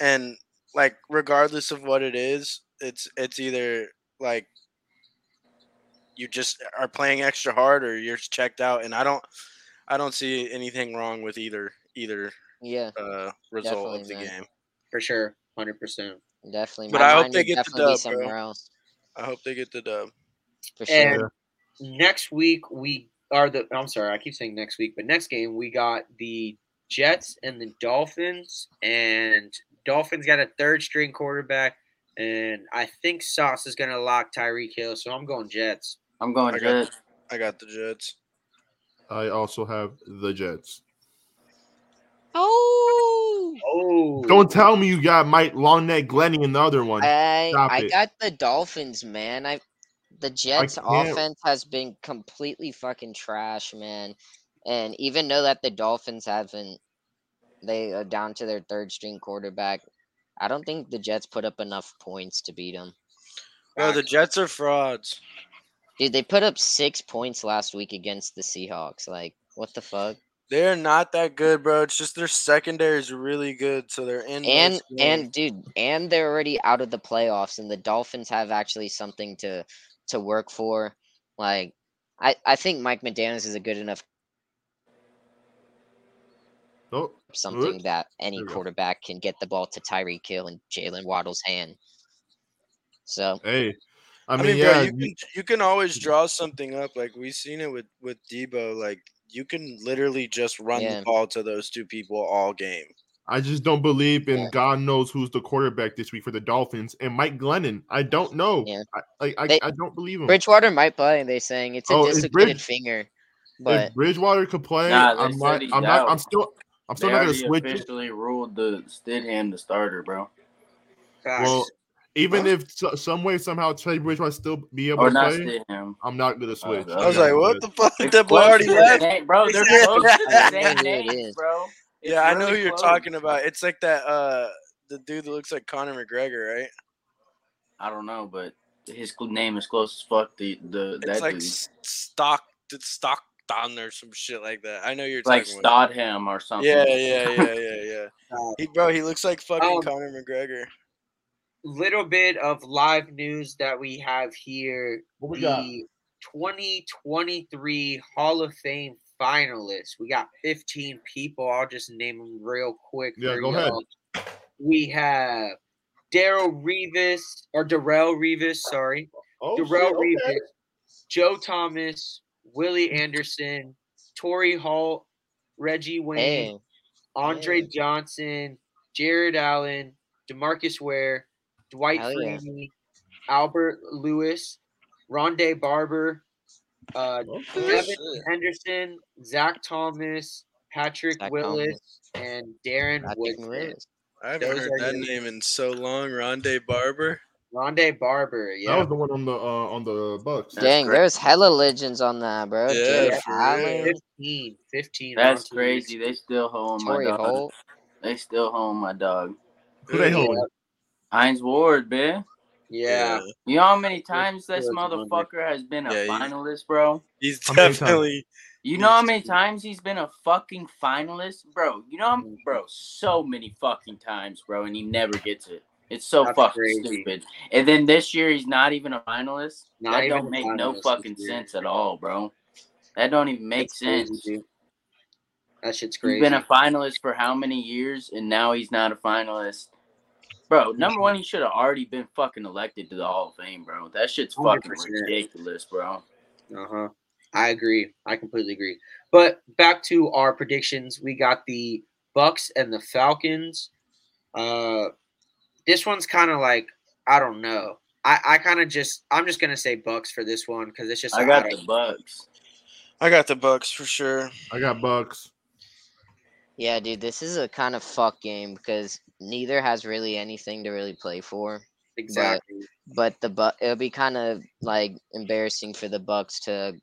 S4: and like regardless of what it is, it's it's either like you just are playing extra hard or you're checked out, and I don't I don't see anything wrong with either either
S3: yeah
S4: uh, result of the
S3: Definitely, man.
S4: game.
S1: For sure. 100%.
S3: definitely
S4: But
S3: My
S4: I hope
S3: mind
S4: they
S3: would
S4: get the
S3: definitely be
S4: dub, bro.
S3: somewhere else
S4: I hope they get the dub.
S3: for sure
S1: And next week we are the I'm sorry, I keep saying next week, but next game we got the Jets and the Dolphins and Dolphins got a third string quarterback and I think Sauce is going to lock Tyreek Hill, so I'm going Jets.
S5: I'm
S4: I
S5: going
S4: got-
S5: Jets.
S4: I got the Jets.
S2: I also have the Jets.
S3: oh
S1: Oh.
S2: Don't tell me you got Mike Longneck Glenny in the other one.
S3: I
S2: Stop
S3: I
S2: it.
S3: got the Dolphins, man. I the Jets
S2: can't-
S3: offense has been completely fucking trash, man. And even though that the Dolphins haven't they are down to their third string quarterback, I don't think the Jets put up enough points to beat them.
S4: Bro, the Jets are frauds.
S3: Dude, they put up 6 points last week against the Seahawks. Like, what the fuck?
S4: They're not that good, bro. It's just their secondary is really good, so they're in.
S3: And
S4: most games.
S3: and dude, and they're already out of the playoffs, and the Dolphins have actually something to to work for. Like, I I think Mike McDaniels is a good enough
S2: Oh,
S3: something
S2: Good.
S3: that any
S2: There we go.
S3: quarterback can get the ball to Tyreek Hill and Jalen Waddle's hand. So
S2: hey. I
S4: I
S2: mean,
S4: mean,
S2: yeah,
S4: bro, you can you can always draw something up. Like we've seen it with with Debo. Like you can literally just run
S3: Yeah.
S4: the ball to those two people all game.
S2: I just don't believe in
S3: Yeah.
S2: God knows who's the quarterback this week for the Dolphins and Mike Glennon. I don't know.
S3: Yeah.
S2: I, like I,
S3: They-
S2: I don't believe him.
S3: Bridgewater might play, and they're saying it's a
S2: Hmm. Oh, is
S3: dislocated
S2: Bridge-
S3: finger. But
S2: if Bridgewater could play,
S5: Nah, they
S2: I'm
S5: said
S2: not.
S5: he's
S2: I'm not. I'm
S5: out.
S2: still. I'm
S5: They
S2: still not gonna
S5: already
S2: switch. it.
S5: officially ruled the Stidham the starter, bro.
S1: Facts.
S2: Well, even if so, some way somehow Teddy Bridgewater still be able
S5: Or
S2: to
S5: not Uh,
S2: play,
S5: Stidham.
S2: I'm not gonna switch.
S5: I
S4: I was
S5: Yeah,
S4: like, what the fuck? That boy
S5: close
S4: already
S5: to the
S4: left.
S5: same- bro. They're
S4: Exactly.
S5: close to the
S3: I
S5: same
S3: don't know who it
S5: names,
S3: is.
S5: bro. It's
S4: yeah, I know
S5: really
S4: who you're
S5: close.
S4: talking about. It's like that uh the dude that looks like Conor McGregor, right?
S5: I don't know, but his cl- name is close as fuck. The the
S4: it's
S5: that
S4: like
S5: dude,
S4: S- stock Stockton or some shit like that. I know you're
S5: it's like
S4: talking
S5: Stodham or
S4: about.
S5: something.
S4: Yeah, yeah, yeah, yeah, yeah.
S1: Uh,
S4: He, bro, he looks like fucking
S1: Um,
S4: Conor McGregor.
S1: little bit of live news that we have here.
S2: What we
S1: the
S2: got?
S1: 2023 Hall of Fame finalists. We got 15 people. I'll just name them real quick.
S2: Yeah,
S1: for
S2: go ahead.
S1: y'all. We have Daryl Revis or Darrell Revis, sorry.
S2: Oh,
S1: Darrell
S2: shit,
S1: Revis, Joe Thomas, Willie Anderson, Torrey Holt, Reggie Wayne.
S3: hey,
S1: Andre
S3: Yeah.
S1: Johnson, Jared Allen, Demarcus Ware, Dwight
S3: Hell yeah.
S1: Freeney, Albert Lewis, Rondé Barber, uh,
S2: okay.
S1: Devin
S2: Okay.
S1: Henderson, Zach Thomas, Patrick
S3: Zach
S1: Willis, and Darren
S3: Patrick
S1: Woodson.
S3: Willis.
S4: I haven't
S1: Those
S4: heard
S1: are
S4: that
S1: your-
S4: name in so long. Rondé Barber.
S1: Rondé Barber,
S2: That
S1: yeah.
S2: was the one on the uh, on the Bucks.
S5: That's
S3: Dang,
S5: great.
S3: there's hella legends on that, bro.
S4: Yeah,
S3: Jared
S4: for real.
S3: Allen,
S1: 15, 15.
S5: That's
S1: round two weeks.
S5: crazy. They still holding Oh my
S3: Torrey
S5: dog.
S3: Holt.
S5: They still holding my dog.
S2: Who they
S4: Ugh.
S2: holding?
S5: Heinz Ward, man.
S1: Yeah.
S5: You know how many times this
S1: Ward's wondering.
S5: motherfucker has been a
S4: Yeah, you-
S5: finalist, bro?
S4: He's
S2: How many times?
S4: definitely.
S5: You know how
S4: He's-
S5: many times he's been a fucking finalist, bro? You know, how-
S1: Mm-hmm.
S5: bro, so many fucking times, bro, and he never gets it. It's so
S1: That's
S5: fucking
S1: crazy.
S5: stupid. And then this year he's not even a finalist.
S1: Not
S5: that
S1: even
S5: don't
S1: a
S5: make no
S1: finalist this
S5: fucking
S1: year.
S5: sense at all, bro. That don't even make
S1: That's crazy,
S5: sense.
S1: dude. That shit's
S5: He's
S1: crazy.
S5: been a finalist for how many years, and now he's not a finalist. Bro,
S1: Mm-hmm.
S5: number one, he should have already been fucking elected to the Hall of Fame, bro. That shit's fucking
S1: 100%.
S5: ridiculous, bro.
S1: Uh huh. I agree. I completely agree. But back to our predictions, we got the Bucks and the Falcons. Uh, this one's kind of like I don't know. I I kind of just I'm just gonna say Bucks for this one because it's just
S5: I
S1: a-
S5: got
S1: don't-
S5: the Bucks.
S4: I got the Bucks for sure.
S2: I got Bucks.
S3: Yeah, dude, this is a kind of fuck game because neither has really anything to really play for.
S1: exactly.
S3: But the bu- it'll be kind of like embarrassing for the Bucks to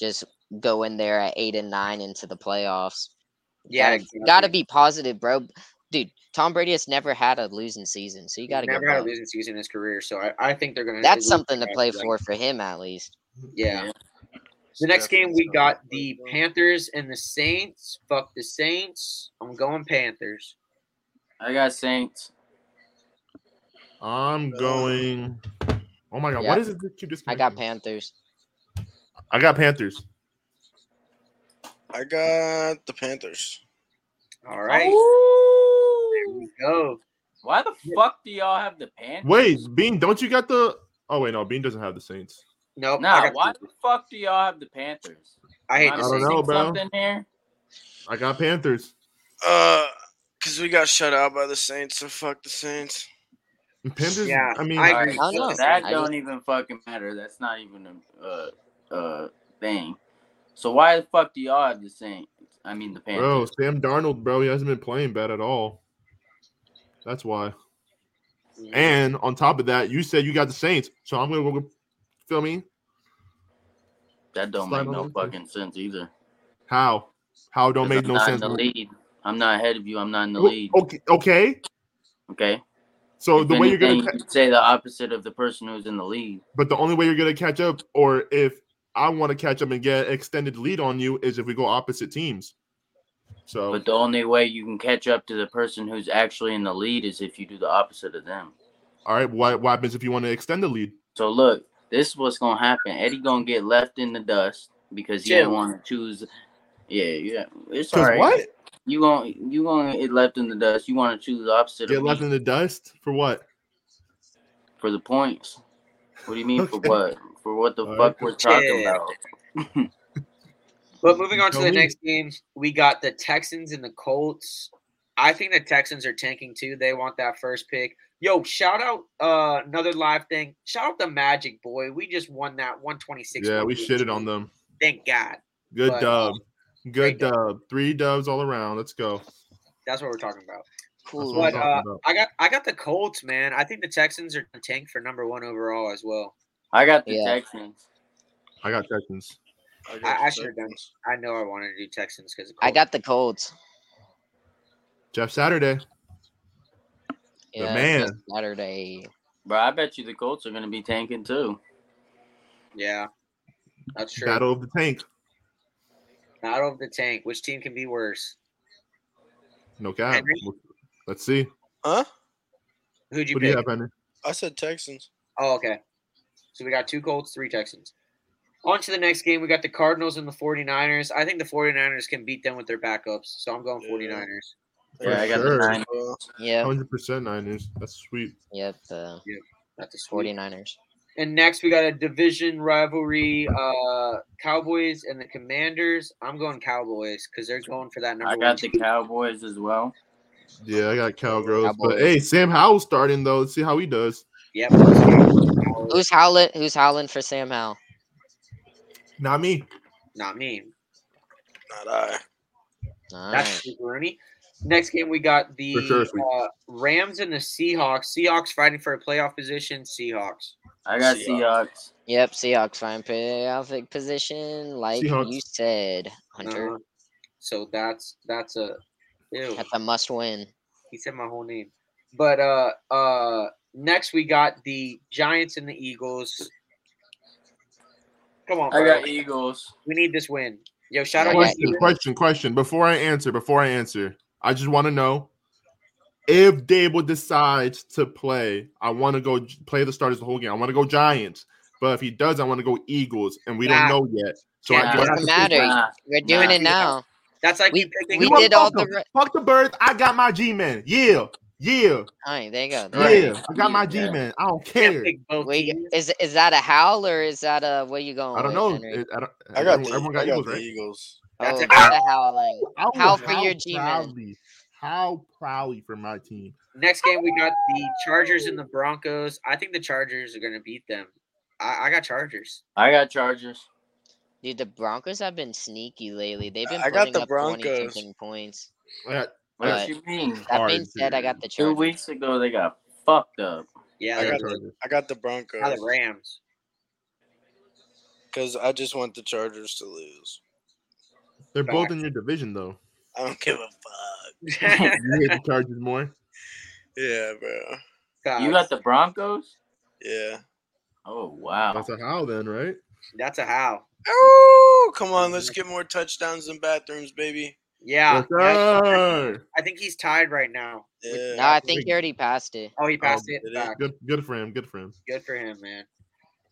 S3: just go in there at eight and nine into the playoffs.
S1: yeah,
S3: gotta
S1: exactly.
S3: gotta be positive, bro. Dude, Tom Brady has never had a losing season, so you
S1: He's
S3: gotta go.
S1: never had a
S3: Bucks.
S1: losing season in his career, so I, I think they're gonna. at
S3: That's
S1: least
S3: something to
S1: try
S3: play
S1: like-
S3: for for him at least.
S1: Yeah.
S5: Yeah.
S1: The next game
S4: Definitely
S1: we got
S4: something
S1: the
S4: to play for.
S1: Panthers and the Saints. Fuck the Saints. I'm going Panthers.
S5: I got Saints.
S2: I'm going. Oh my god,
S3: Uh, Yeah.
S2: what is it? that you
S3: I got
S1: Mm-hmm.
S2: disconnected?
S3: Panthers.
S2: I got Panthers.
S4: I got the Panthers.
S1: All right. There we go.
S5: Why the fuck do y'all have the Panthers?
S2: Wait, Bean, don't you got the? Oh wait, no, Bean doesn't have the Saints.
S1: Nope. Oh, I,
S5: Nah,
S1: got
S5: why
S1: the-
S5: the fuck do y'all have the Panthers?
S1: I hate the
S5: Am
S2: I don't
S1: Saints.
S2: know,
S5: missing
S2: bro.
S5: Something here.
S2: I got Panthers.
S4: Uh, cause we got shut out by the Saints, so fuck the Saints.
S2: Panthers.
S1: Yeah,
S2: I mean,
S1: I
S5: All
S1: agree.
S5: right,
S3: I don't
S5: so
S3: know.
S5: that
S3: I
S5: don't
S3: just-
S5: even fucking matter. That's not even a uh, uh, thing. So why the fuck do y'all have the Saints? I mean the Panthers.
S2: bro, Sam Darnold, bro, he hasn't been playing bad at all. That's why. And on top of that, you said you got the Saints, so I'm gonna go. with- Feel me?
S5: That don't
S2: Slide
S5: make
S2: on
S5: no
S2: over.
S5: fucking sense either.
S2: How? How it don't
S5: 'Cause
S2: make
S5: I'm
S2: no
S5: not
S2: sense.
S5: in the lead. I'm not ahead of you. I'm not in the
S2: Well,
S5: lead.
S2: Okay, okay.
S5: Okay.
S2: So
S5: If
S2: the way you're
S5: anything,
S2: gonna,
S5: you
S2: ca-
S5: could say the opposite of the person who's in the lead.
S2: but the only way you're gonna catch up, or if I want to catch up and get extended lead on you, is if we go opposite teams. So
S5: But the only way you can catch up to the person who's actually in the lead is if you do the opposite of them.
S2: all right, what, what happens if you want to extend the lead?
S5: So look, this is what's gonna happen. Eddie gonna get left in the dust because he
S1: Chill.
S5: didn't want to choose Yeah, yeah. It's all
S2: Because
S5: right.
S2: what?
S5: You going to you going to get left in the dust. You want to choose the opposite
S2: Get
S5: of
S2: left
S5: me
S2: in the dust for what?
S5: for the points. What do you mean for
S2: Okay.
S5: what? For what the
S2: All
S5: fuck
S2: right.
S5: we're talking
S1: Yeah.
S5: about?
S1: But moving on to
S2: Don't
S1: the
S2: we?
S1: next games, we got the Texans and the Colts. I think the Texans are tanking too. They want that first pick. Yo, shout out uh, another live thing. Shout out the Magic boy. We just won that 126.
S2: Yeah, we shitted on them.
S1: Thank God.
S2: Good
S1: But,
S2: dub. Good
S1: great dub.
S2: dub. Three dubs all around. Let's go.
S1: That's what we're talking about.
S3: Cool.
S2: what
S1: But
S2: I'm talking
S1: uh,
S2: about.
S1: I got I got the Colts, man. I think the Texans are gonna tank for number one overall as well.
S5: I got the
S3: Yeah.
S5: Texans.
S2: I got Texans.
S1: I- I should've done I know I wanted to do Texans because
S3: I got the Colts.
S2: Jeff Saturday. The
S3: Yeah,
S2: man.
S3: just Saturday.
S5: Bro, I bet you the Colts are going to be tanking too.
S1: yeah. That's true.
S2: Battle of the Tank.
S1: Battle of the tank. Which team can be worse?
S2: No cap.
S1: Henry?
S2: Let's see.
S4: Huh?
S1: Who'd you
S2: What do
S1: pick?
S2: you have, Henry?
S4: I said Texans.
S1: Oh, okay. So we got two Colts, three Texans. On to the next game. We got the Cardinals and the 49ers. I think the 49ers can beat them with their backups. So I'm going
S4: Yeah.
S1: 49ers.
S5: Yeah,
S2: For
S5: I got
S2: sure.
S5: the nine.
S4: Uh,
S3: Yep.
S2: 100% Niners. That's sweet.
S3: Yep. The
S1: That's a sweep.
S3: 49ers.
S1: And next, we got a division rivalry uh, Cowboys and the Commanders. I'm going Cowboys because they're going for that number
S5: I
S1: one.
S5: got the Cowboys as well.
S2: Yeah, I got Cal Groves. But
S3: Cowboys.
S2: hey, Sam Howell's starting, though. Let's see how he does.
S1: Yep. let's go, Cowboys.
S3: Who's howling? Who's howling for Sam Howell?
S2: Not me.
S1: Not me.
S4: not I.
S3: All
S1: That's
S3: right.
S1: Steve Rooney. Next game, we got the
S2: For sure, sweet.
S1: uh, Rams and the Seahawks. Seahawks fighting for a playoff position. Seahawks.
S5: I got
S4: Seahawks.
S5: Seahawks.
S3: Yep. Seahawks fine perfect position, like you
S2: Seahawks.
S3: said, Hunter.
S4: Uh-huh.
S1: Uh, so that's that's a ew.
S3: That's a must win.
S1: He said my whole name. But uh uh next we got the Giants and the Eagles. Come on,
S5: I
S1: bro.
S5: got Eagles.
S1: we need this win. Yo, shout
S3: I
S1: out
S3: got
S1: to
S2: Question,
S1: Steven.
S2: question, question. Before I answer, before I answer, I just want to know if Dable decides to play, I want to go j- play the starters the whole game. I want to go Giants. But if he does, I want to go Eagles, and we
S1: Nah.
S2: don't know yet. So I,
S1: Nah.
S2: do I
S1: Doesn't
S2: have to
S3: Doesn't
S2: pick
S3: matter.
S2: one?
S5: Nah,
S3: We're doing
S5: nah.
S3: it now.
S1: That's like
S3: We-
S1: you picking.
S3: we
S2: You know what?
S3: did all
S2: Fuck 'em.
S3: the re-
S2: Fuck the birds. I got my G man. Yeah, yeah,
S3: All right, there you go. There you
S5: Right.
S2: yeah. I got my
S5: Yeah.
S2: G man. I don't
S1: can't
S2: care.
S1: pick
S3: go.
S1: both
S3: We,
S1: teams.
S3: is is that a howl or is that a where you going?
S2: I don't
S3: with,
S2: know.
S3: Henry?
S2: It- I, don't,
S4: I got
S2: everyone,
S4: the,
S2: everyone
S4: I
S2: got
S4: got
S2: Eagles,
S4: the
S2: right?
S4: Eagles.
S1: That's
S3: Oh,
S1: it.
S3: that's a howling.
S2: I will
S3: Howl for
S2: howl
S3: your G man.
S2: proudly. How proudly for my team.
S1: Next game we got the Chargers and the Broncos. I think the Chargers are gonna beat them. I, I got Chargers.
S5: I got Chargers.
S3: Dude, the Broncos have been sneaky lately. They've been
S4: I got
S3: putting
S4: the
S3: up twenty
S4: Broncos.
S3: something points.
S2: I got
S5: What
S3: Right.
S5: you mean?
S3: That being said, I got the
S5: Two
S3: Chargers.
S5: weeks ago they got fucked up.
S1: Yeah,
S4: I
S1: they're
S4: got
S1: good.
S4: the, I got the Broncos.
S1: now the Rams.
S4: Because I just want the Chargers to lose.
S2: They're both
S1: Facts.
S2: in your division, though.
S4: I don't give a fuck.
S2: You hate the Chargers more.
S4: Yeah, bro.
S5: You got the Broncos?
S4: Yeah.
S5: Oh wow.
S2: That's a how then, right?
S1: That's a how.
S4: Oh, come on. Let's get more touchdowns than bathrooms, baby.
S1: Yeah.
S2: Yes,
S1: yeah,
S2: sir.
S1: I think he's tied right now.
S4: Yeah.
S3: No, I think he already passed it.
S1: Oh, he passed
S4: Oh,
S1: it
S4: did he?
S1: back.
S2: Good, good for him. Good for him.
S1: Good for him, man.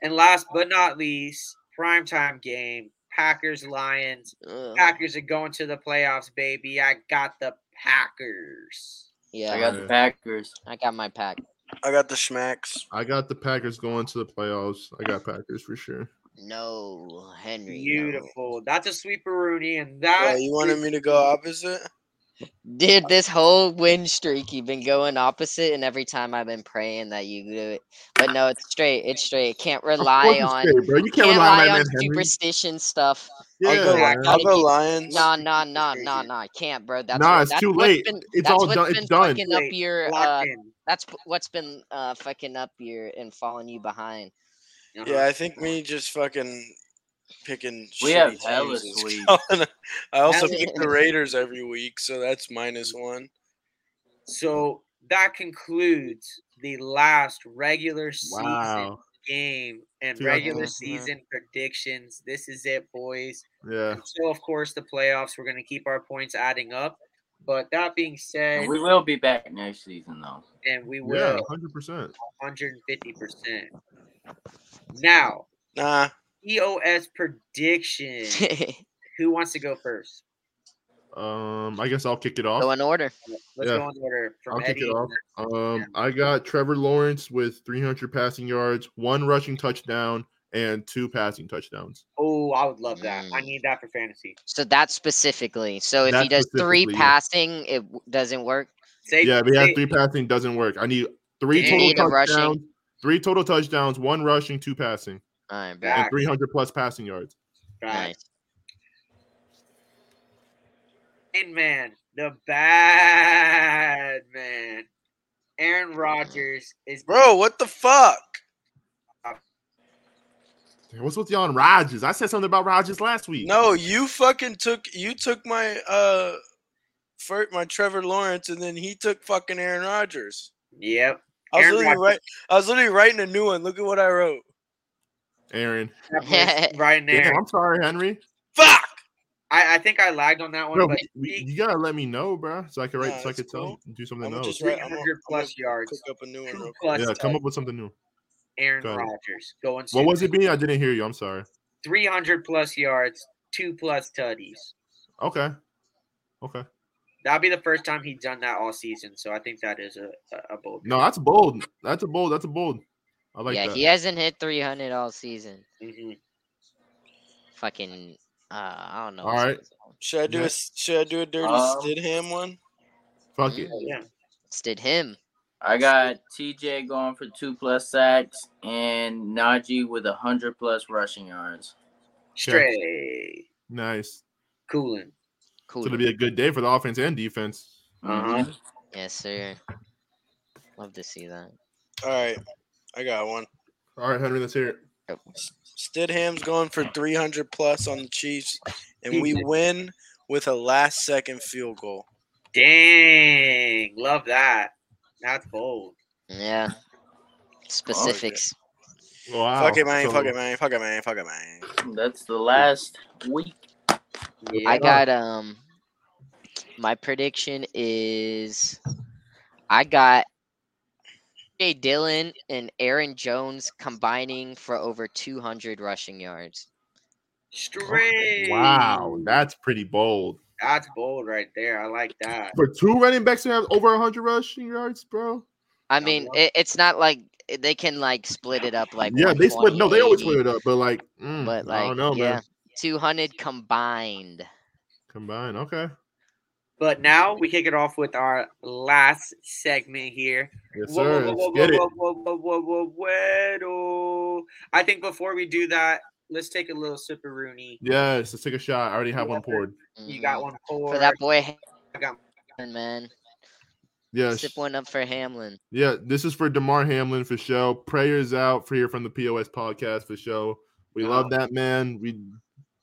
S1: And last but not least, primetime game. Packers Lions.
S3: Ugh.
S1: Packers are going to the playoffs, baby. I got the Packers.
S3: Yeah,
S5: I got the Packers.
S3: my pack.
S4: I got the schmacks.
S2: I got the Packers going to the playoffs. I got Packers for sure.
S3: No, Henry. no.
S1: Beautiful. That's a sweeper Rooney, and
S4: Why,
S1: that
S4: you wanted me to go opposite?
S3: Dude, this whole win streak you've been going opposite, and every time I've been praying that you do it. But no, it's straight. It's straight. Can't
S2: Of
S3: rely
S2: course
S3: on
S2: it's fair, bro. You
S3: can't
S2: can't
S3: rely
S2: rely
S3: on
S2: on that man, Henry.
S3: superstition stuff.
S4: I'll
S2: Yeah,
S4: go,
S2: man.
S3: Gotta
S4: I'll go
S3: be-
S4: Lions.
S3: Nah, nah, nah,
S1: crazy.
S3: nah, nah. Can't, bro. That's
S2: Nah,
S3: what-
S2: it's
S3: that's
S2: too
S3: what's
S2: late.
S3: Been,
S2: It's
S3: that's
S2: all
S3: what's
S2: done- it's
S3: been
S2: done.
S3: fucking up
S1: Wait,
S3: your. Uh,
S1: locked in.
S3: that's p- what's been uh fucking up your and falling you behind.
S1: Uh-huh.
S4: Yeah, I think me just fucking picking
S5: We
S4: shitty
S5: have hella
S4: teams is
S5: sweet.
S4: killing- I also
S1: Hella
S4: pick the Raiders every week, so that's minus one.
S1: So that concludes the last regular season
S2: Wow.
S1: game and
S2: Two
S1: regular
S3: Mhm.
S1: season predictions. This is it, boys.
S2: Yeah.
S1: So, of course, the playoffs, we're going to keep our points adding up. But that being said,
S5: And we will be back next season though.
S1: and we
S2: Yeah.
S1: will
S2: Hundred percent.
S1: 150%. Now,
S4: Nah,
S1: E EOS prediction. Who wants to go first?
S2: Um, I guess I'll kick it
S3: Go
S2: off.
S3: in order.
S1: Let's
S2: Yeah.
S1: go in order from
S2: I'll kick
S1: Eddie.
S2: it off. Um, I got Trevor Lawrence with 300 passing yards, one rushing touchdown, and two passing touchdowns.
S1: Oh, I would love that. I
S3: Mm.
S1: need that for fantasy.
S3: So that specifically. So if he
S2: That
S3: does three
S2: specifically, yeah.
S3: passing, it w- doesn't work.
S1: Save,
S2: Yeah, but yeah,
S1: save-
S2: three passing doesn't work. I need three
S1: You
S2: total
S1: need
S3: a rushing.
S2: touchdowns, three total touchdowns, one rushing, two passing,
S3: All right, bro.
S1: Yeah.
S2: and 300 plus passing yards.
S1: Right.
S3: Nice.
S1: Rain Man, the bad man. Aaron Rodgers is
S4: Bro, what the fuck?
S2: Damn, What's with you on Rodgers? I said something about Rodgers last week.
S4: No, you fucking took you took my uh fir- my Trevor Lawrence and then he took fucking Aaron Rodgers.
S1: Yep.
S4: I was
S1: Aaron
S4: literally
S1: Rodgers.
S4: write, I was literally writing a new one. Look at what I wrote.
S2: Aaron.
S1: that was right
S2: Damn,
S1: there.
S2: I'm sorry, Henry.
S4: Fuck.
S1: I, I think I lagged on that one,
S2: Bro,
S1: but
S2: we- we-
S1: he-
S2: you gotta let me know, bro, so I can write,
S4: Nah,
S2: so I
S4: it's
S2: can tell
S4: cool.
S2: you, do something
S4: I'ma
S2: else.
S4: just write- I'ma-
S1: 300 plus
S4: I'ma
S1: yards.
S4: Cook up a new one.
S1: Two
S4: Real
S1: plus
S4: quick.
S2: Yeah,
S1: Let's
S2: come up with something new.
S1: Aaron
S2: Go ahead.
S1: Rodgers going
S2: What was
S1: super-
S2: it being? I didn't hear you. I'm sorry.
S1: 300 plus yards, two plus tutties.
S2: Okay. Okay.
S1: That'll be the first time he's done that all season, so I think that is a, a, a bold.
S2: No, that's bold. That's a bold. That's a bold. I like
S3: yeah,
S2: that.
S3: he hasn't hit 300 all season.
S2: Mm-hmm.
S1: Mhm.
S3: Fucking, uh, I don't know.
S2: All
S3: what's
S2: right.
S3: his name.
S4: Should I do
S2: Yeah.
S4: a should I do a dirty
S5: Um,
S4: Stidham one?
S2: Fuck it.
S1: Yeah.
S3: It's did him.
S5: I got TJ going for two plus sacks and Najee with a hundred plus rushing yards.
S1: Straight.
S2: Nice.
S1: Cooling.
S3: Cool.
S2: It's gonna be a good day for the offense and defense.
S1: Uh-huh.
S3: Mm-hmm. yes, sir. Love to see that.
S4: All right. I got one.
S2: All right, Henry, let's hear it.
S4: Stidham's going for 300 plus on the Chiefs, and we
S1: Jesus.
S4: win with a last second field goal.
S1: Dang. Love that. That's bold.
S3: Yeah. Specifics.
S2: Wow.
S4: Fuck it, man.
S2: So,
S4: Fuck it, man. Fuck it, man. Fuck it, man.
S5: That's the last week.
S1: Yeah.
S3: I got um my prediction is I got Jay Dillon and Aaron Jones combining for over 200 rushing yards.
S1: Straight.
S2: Wow, that's pretty bold
S1: That's bold right there. I like that.
S2: for two running backs to have over 100 rushing yards, bro.
S3: I
S1: Yeah,
S3: mean,
S1: well-
S3: it, it's not like eh, they can like split it up like
S2: yeah, they split. No, they always
S3: 120,
S2: split it up, but like, mm,
S3: But
S2: I don't
S3: like,
S2: know,
S3: yeah,
S2: man.
S3: 200 combined.
S2: Combined, okay.
S1: But now we kick it off with our last segment here.
S2: Yes,
S1: Whoa,
S2: sir.
S1: whoa,
S2: Let's
S1: whoa,
S2: get it.
S1: whoa, whoa, whoa, whoa, whoa, whoa, whoa. I think before we do that, let's take a little sip of Rooney.
S2: Yes, let's take a shot. I already have one poured.
S1: You got
S3: Mhm.
S1: one pour.
S3: for that boy
S1: I got
S3: Hamlin, man.
S2: Yes.
S3: Sip one up for Hamlin.
S2: Yeah, this is for Damar Hamlin for show. Prayers out for here from the POS podcast for show. We love
S3: Oh.
S2: that man. We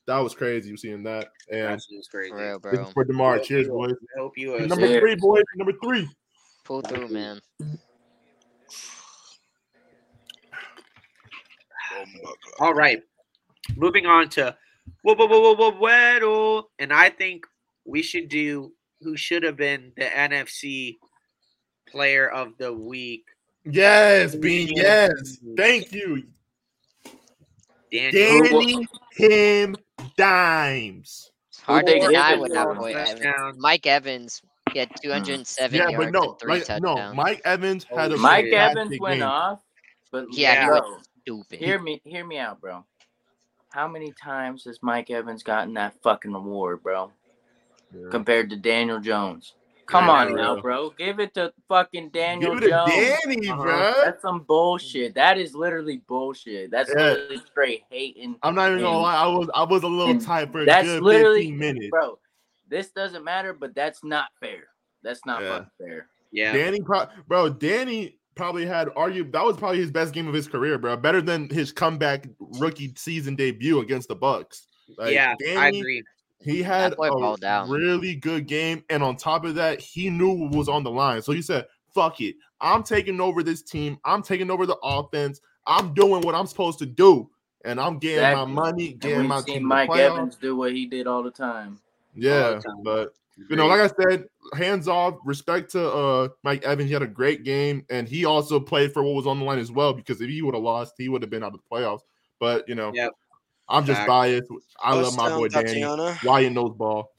S2: that was crazy. You seeing that? And
S1: That's just crazy.
S3: For real,
S2: this
S3: bro.
S2: is for Damar.
S1: Yeah,
S2: Cheers,
S1: cool.
S2: boys.
S1: I hope you
S2: And
S1: uh,
S2: Number
S5: Cheers.
S2: three, boys. Number three.
S3: Pull through, man.
S4: Oh my God.
S1: All right. Moving on to whoa, whoa, whoa, whoa, whoa, Weddle. And I think we should do who should have been the NFC player of the week.
S2: Yes, Bean. Yes. Thank you.
S1: Daniel.
S2: Danny Him Dimes.
S3: It's hard to
S5: Or-
S3: deny with that
S5: Touchdowns.
S3: boy Evans.
S1: Touchdowns.
S3: Mike Evans, he had 207
S2: Yeah,
S3: yards
S2: but no,
S3: and three
S2: like,
S3: touchdowns.
S2: no. Mike Evans had a
S5: Mike
S1: Yeah.
S5: Evans
S2: fantastic
S5: went
S2: game.
S5: off, but
S3: yeah, he
S1: Yeah.
S5: bro,
S3: was stupid.
S5: hear me, hear me out, bro. How many times has Mike Evans gotten that fucking award, bro?
S2: Yeah.
S5: Compared to Daniel Jones. Come
S1: Yeah,
S5: on
S1: for
S5: now,
S2: real.
S5: bro. Give it to fucking Daniel
S2: Give it to
S5: Jones.
S2: Danny,
S1: Uh-huh.
S2: bro.
S5: That's some bullshit. That is literally bullshit. That's
S2: Yeah.
S5: literally straight hating.
S2: I'm not even gonna
S5: And-
S2: lie. I was I was a little
S5: and
S2: tight for a
S5: that's
S2: good
S5: literally-
S2: 15 minutes.
S5: Bro, this doesn't matter, but that's not fair. That's not
S2: Yeah.
S5: fucking fair.
S1: Yeah.
S2: Danny, pro- bro, Danny probably had argue that was probably his best game of his career, bro. Better than his comeback rookie season debut against the Bucks. Like,
S1: yeah. I
S2: Danny,
S1: agree.
S2: He had
S3: boy balled
S2: a
S3: out.
S2: really good game, and on top of that, he knew what was on the line. So he said, "Fuck it, I'm taking over this team. I'm taking over the offense. I'm doing what I'm supposed to do, and I'm getting my
S5: Exactly.
S2: money,
S5: And
S2: getting my
S5: we've
S2: team
S5: seen
S2: to
S5: Mike
S2: playoffs."
S5: Evans do what he did all the time.
S2: Yeah,
S1: time.
S2: but you know, like I said, hands off, respect to uh Mike Evans. He had a great game, and he also played for what was on the line as well. Because if he would have lost, he would have been out of the playoffs. But you know,
S1: Yep.
S2: I'm just
S1: Fact.
S2: biased. I love my
S4: Touchdown,
S2: boy Danny.
S4: Tatiana.
S2: Why in nose ball?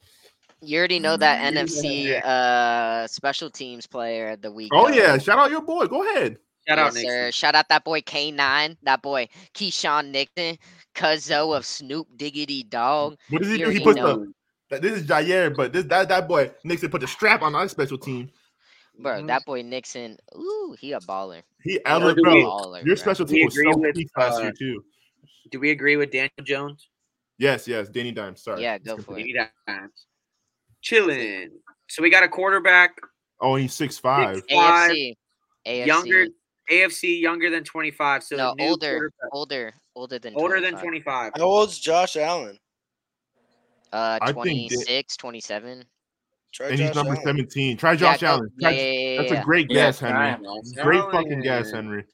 S3: You already know that
S1: Mm-hmm.
S3: NFC uh special teams player of the week.
S2: Oh
S3: though.
S2: yeah, shout out your boy. Go ahead.
S1: Shout out,
S3: yes,
S1: Nick.
S3: sir. Shout out that boy K9, that boy Keyshawn Nixon, Cuzzo of Snoop Diggity Dog.
S2: What does he
S3: You
S2: do? He
S3: already
S2: puts
S3: know.
S2: the. that- This is Jair, but this that that boy Nixon put the strap on our special team.
S1: Mm-hmm.
S3: Bro, that boy Nixon, ooh, he a baller.
S2: He
S3: He a
S2: out of
S1: do we-
S2: bro.
S3: baller,
S2: Your
S3: bro.
S2: special
S1: We
S2: team was
S1: agree
S2: so
S1: with,
S2: peak last
S1: uh,
S2: year too.
S1: Do we agree with Daniel Jones?
S2: Yes, yes, Danny Dimes. Sorry.
S3: Yeah, go for it.
S1: Eight times. Chilling. So we got a quarterback,
S2: Oh, and he's six five.
S1: five,
S3: AFC, AFC,
S1: younger, AFC, younger than 25. So
S3: No,
S1: new
S3: older,
S1: quarterback,
S3: older, older than
S1: older than 25.
S3: 25.
S4: How old's Josh Allen?
S3: Uh,
S2: I think that-
S3: 26, 27.
S4: Try
S2: And
S4: Josh
S2: he's number
S4: Allen.
S2: seventeen. Try Josh
S3: go-
S2: Allen.
S3: Yeah,
S2: Try-
S3: yeah, yeah,
S2: That's
S3: yeah,
S2: a great
S5: Yeah,
S2: guess, Henry.
S5: Ryan,
S1: Josh
S2: Great
S1: Allen.
S2: fucking guess, Henry.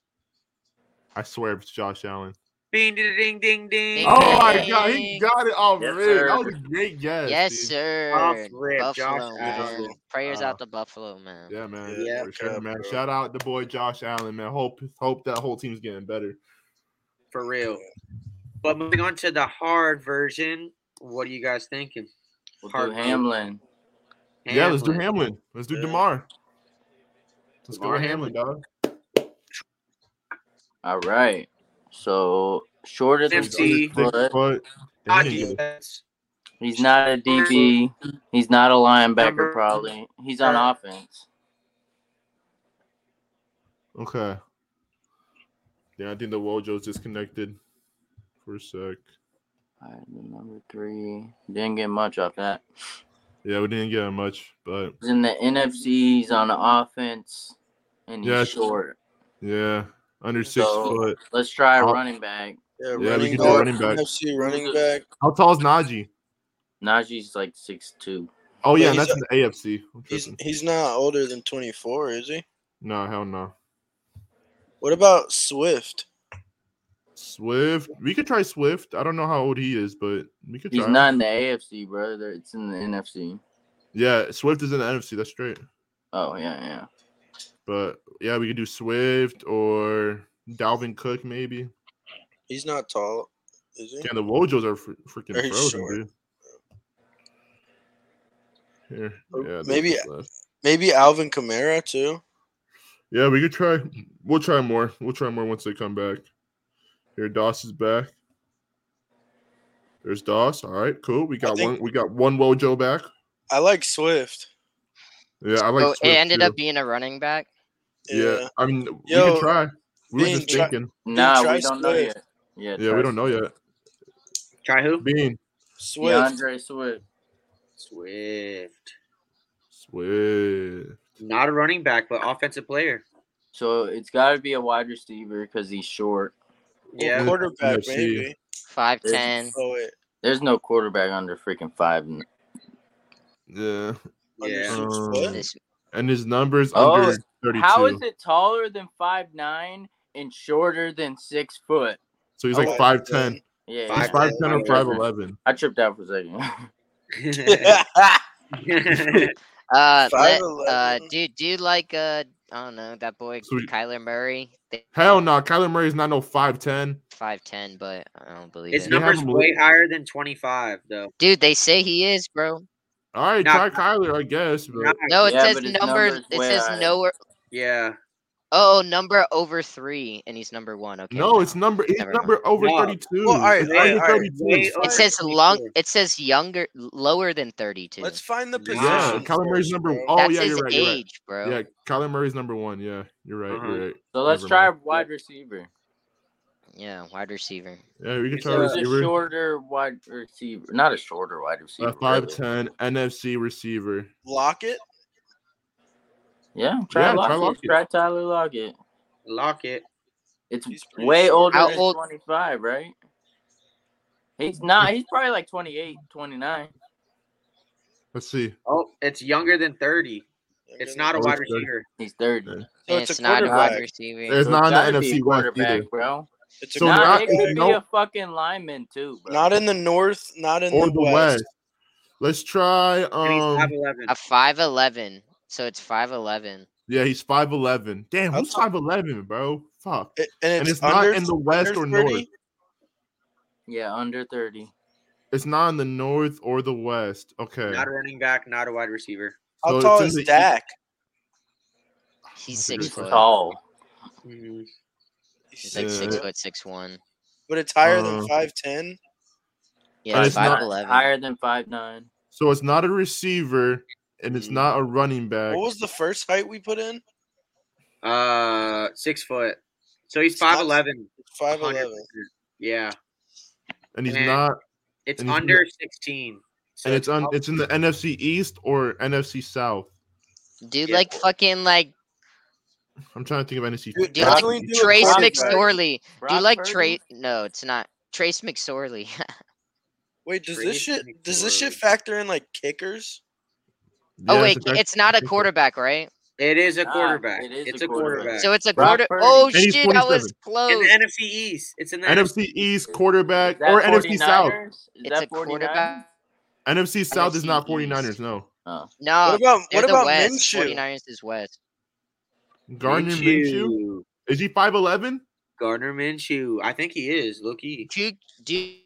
S2: I swear it's Josh Allen.
S1: Ding, ding, ding, ding, ding.
S2: Oh my
S3: Dang.
S2: god, he got it off
S4: Yes,
S2: rip.
S4: sir.
S2: That was a great
S3: yeah.
S2: guess.
S3: Yes,
S2: dude.
S3: sir.
S1: rip, Josh
S3: Buffalo,
S1: Allen.
S3: man. Prayers
S2: Uh,
S3: out to Buffalo, man.
S2: Yeah, man.
S1: Yeah,
S2: for sure,
S4: yeah,
S2: man.
S4: bro.
S2: Shout out the boy Josh Allen, man. Hope hope that whole team's getting better.
S1: For real. But moving on to the hard version, what are you guys thinking?
S5: We'll do
S1: Hard
S5: Hamlin.
S2: Yeah, let's do
S1: Hamlin.
S2: Hamlin. Let's do
S4: Yeah.
S2: Demar. Let's go
S1: DeMar
S2: with Hamlin, dog.
S5: All right. So shorter than
S1: MC.
S5: six foot.
S2: foot.
S1: Not
S2: And he didn't get it.
S1: defense.
S5: He's not a DB. He's not a linebacker.
S1: Number-
S5: Probably. He's on offense.
S2: Okay. Yeah, I think the Wojo's disconnected for a sec.
S5: All right, then number three. Didn't get much off that.
S2: Yeah, we didn't get much, but
S5: He's in the NFC. He's on the offense, and he's
S2: Yes.
S5: short.
S2: yeah, under six
S5: So-
S2: foot.
S5: Let's try a
S2: I'll-
S5: running back.
S4: Yeah,
S2: we
S4: running
S2: could do
S4: back.
S2: running back.
S4: NFC running back.
S2: How tall is Najee?
S5: Najee's like six two.
S2: Oh yeah,
S4: he's
S2: and that's
S4: a-
S2: in the AFC. I'm
S4: He's
S2: tripping.
S4: he's not older than 24, is he?
S2: No, hell no.
S4: What about Swift?
S2: Swift. We could try Swift. I don't know how old he is, but we could try.
S5: He's
S2: him.
S5: not in the AFC, brother. It's in the NFC.
S2: Yeah, Swift is in the NFC. That's straight.
S5: Oh yeah, yeah.
S2: But yeah, we could do Swift or Dalvin Cook maybe.
S4: He's not tall, is he?
S2: Damn, the Wojos are fr- freaking
S4: Very
S2: frozen,
S4: short.
S2: dude. Here,
S4: Or
S2: yeah, this
S4: Oh, maybe-
S2: is left.
S4: Maybe Alvin Kamara too.
S2: Yeah, we could try. We'll try more. We'll try more once they come back. Here, Doss is back. There's Doss. All right, cool. We got
S4: think-
S2: one. We got one Wojo back.
S4: I like Swift.
S2: Yeah, I like.
S3: oh, it
S2: Swift,
S3: ended
S2: too.
S3: up being a running back.
S2: Yeah, I mean, we
S4: Yo,
S2: could try. We were
S4: Bean,
S2: just
S4: try-
S2: thinking.
S5: No,
S4: try
S5: we don't know
S4: Swift.
S5: yet. Yeah,
S2: Yeah, we don't know yet.
S1: Try who?
S2: Bean
S4: Swift.
S5: DeAndre Swift.
S1: Swift.
S2: Swift.
S1: Not a running back, but offensive player.
S5: So it's got to be a wide receiver because he's short.
S2: Oh,
S4: Well,
S1: Yeah.
S4: quarterback
S2: NFC.
S4: maybe.
S3: Five ten.
S4: Oh wait,
S5: There's no quarterback under freaking five. n-
S2: Yeah,
S4: under
S1: Yeah.
S4: six
S2: Um,
S4: foot.
S3: This
S2: and his numbers
S5: Oh,
S2: under thirty-two.
S5: How is it taller than five nine and shorter than six foot?
S2: So he's
S4: I
S2: like
S4: like
S2: five ten.
S5: Yeah,
S2: He's
S1: Five-
S2: five ten or
S1: five-
S2: five eleven.
S5: I tripped out for a second.
S3: uh, let,
S4: 5'11".
S3: uh, dude, do you like uh, I don't know that boy
S2: Sweet.
S3: Kyler Murray? They-
S2: Hell no, Kyler Murray is not no five ten.
S3: Five ten, but I don't believe
S1: His
S3: it.
S2: not-
S1: numbers
S2: him
S1: way
S2: lit.
S1: higher than 25, though.
S3: Dude, they say he is, bro.
S2: All right,
S1: Nah.
S2: try Kyler, I guess. But
S1: Nah,
S3: No, it
S5: Yeah,
S3: says
S5: but his
S3: number.
S5: number's
S3: It
S5: way
S3: says
S5: higher.
S3: nowhere.
S1: yeah.
S3: Oh, number over three, and he's number one. Okay.
S2: no, it's number. It's
S3: Never mind.
S2: number over
S1: No.
S2: thirty-two.
S4: Well, all right,
S2: It's
S4: all right,
S2: under
S4: all right.
S2: thirty-two.
S1: Way
S2: Yeah,
S1: over-
S3: It says long.
S1: 22.
S3: It says younger, lower than thirty-two.
S4: Let's find the position.
S1: Yeah,
S2: Kyler Murray's number. Oh
S3: That's
S2: yeah,
S3: his
S2: you're right. You're right.
S3: age, bro.
S2: Yeah, Kyler Murray's number one. Yeah, you're right.
S1: Uh-huh.
S2: You're right.
S5: so let's
S2: Never
S5: try
S2: mind.
S5: a wide receiver.
S3: Yeah, wide receiver.
S2: Yeah, we could
S1: Is
S2: try
S1: there
S5: He's a
S2: receiver.
S5: shorter wide receiver, not a shorter wide
S2: A
S5: receiver.
S2: five
S5: really.
S2: ten NFC receiver.
S4: Lock it.
S5: Yeah, try
S2: Yeah, try
S5: Lockett. Try,
S2: Lockett.
S5: Tyler Lockett.
S1: Lock it.
S5: It's
S4: He's pretty
S5: way
S4: short.
S5: older
S3: How
S5: than
S3: old-
S5: 25, right? He's not. He's probably like 28, 29.
S2: Let's see.
S1: Oh, it's younger than 30. It's not a
S2: Oh,
S1: wide
S2: it's good.
S1: receiver.
S5: He's 30.
S2: Yeah.
S4: So
S3: and
S4: it's
S3: it's,
S4: a
S3: not a wide
S4: quarterback.
S3: receiver.
S2: It's
S5: So
S2: not in
S5: gotta
S2: the
S5: be a
S2: NFC West either.
S5: bro.
S4: It's a
S2: So
S5: nah,
S2: not-
S5: it
S2: if
S5: could
S2: you
S5: be
S2: know-
S5: a fucking lineman too, bro.
S4: Not in the north. Not in
S2: Or
S4: the,
S2: the
S4: west.
S2: West. Let's try.
S3: Oh,
S1: And he's
S2: Um.
S1: 5'11.
S3: A five eleven. So it's five eleven.
S2: Yeah, he's five eleven. Damn, who's
S4: Okay.
S2: five eleven, bro? Fuck.
S4: A- And it's,
S2: And it's
S4: under,
S2: not in the West
S4: under
S2: or
S4: 30?
S2: North.
S5: yeah, under 30.
S2: It's not in the north or the west. Okay.
S1: Not a running back, not a wide receiver.
S2: So
S6: How
S2: it's
S6: tall
S2: in
S6: is
S2: the- E
S6: Dak?
S3: He's
S2: That's a
S3: six
S2: good
S3: foot.
S2: question.
S5: Tall.
S1: Mm,
S3: He's like
S2: Yeah.
S3: six foot six one.
S6: But it's higher than
S2: Uh,
S6: five ten.
S3: Yeah,
S2: it's not-
S3: five eleven.
S5: Higher than five nine.
S2: So it's not a receiver and it's not a running back.
S6: What was the first height we put in?
S1: Uh, six foot. So he's
S6: It's not-
S1: five eleven.
S6: Five eleven.
S1: Yeah,
S2: And he's
S1: And-
S2: not
S1: it's
S2: And he's
S1: under sixteen. So
S2: and it's on
S1: up-
S2: it's in the NFC East or NFC South.
S3: Dude,
S1: Yeah.
S3: like fucking like
S2: I'm trying to think of NFC.
S6: Dude,
S3: dude,
S6: How
S3: like
S6: do we do a
S3: Trace
S5: Brock Purdy?
S3: McSorley. Do you
S5: Brock
S3: like
S5: Purdy?
S3: Trace? No, it's not Trace McSorley.
S6: Wait, does this
S1: Brady's
S6: shit
S1: like
S6: does this shit
S1: four.
S6: factor in like kickers?
S3: oh
S2: Yeah,
S3: wait,
S2: it's a-
S3: it's not a
S2: kicker.
S3: quarterback, right?
S1: It is a
S5: Nah,
S1: quarterback.
S5: it is
S1: it's
S5: a
S1: a quarterback.
S5: quarterback.
S3: So it's a
S5: Brock
S3: quarter.
S5: Purdy.
S3: Oh
S2: And he's
S3: shit, I was
S2: 47.
S3: close.
S1: in the NFC East, it's in the NFC.
S2: NFC East quarterback or NFC South.
S5: Is
S3: It's
S5: that
S3: a quarterback. Oh.
S5: 49ers?
S2: NFC South is not
S3: NFC
S2: 49ers, no.
S3: No,
S6: what about what
S3: they're
S6: about
S3: Uh, the West.
S6: Minshew?
S3: 49ers is West.
S2: Gardner Minshew. Is he 5'11?
S1: Gardner Minshew. I think he is. Look, he.
S3: Dude, dude,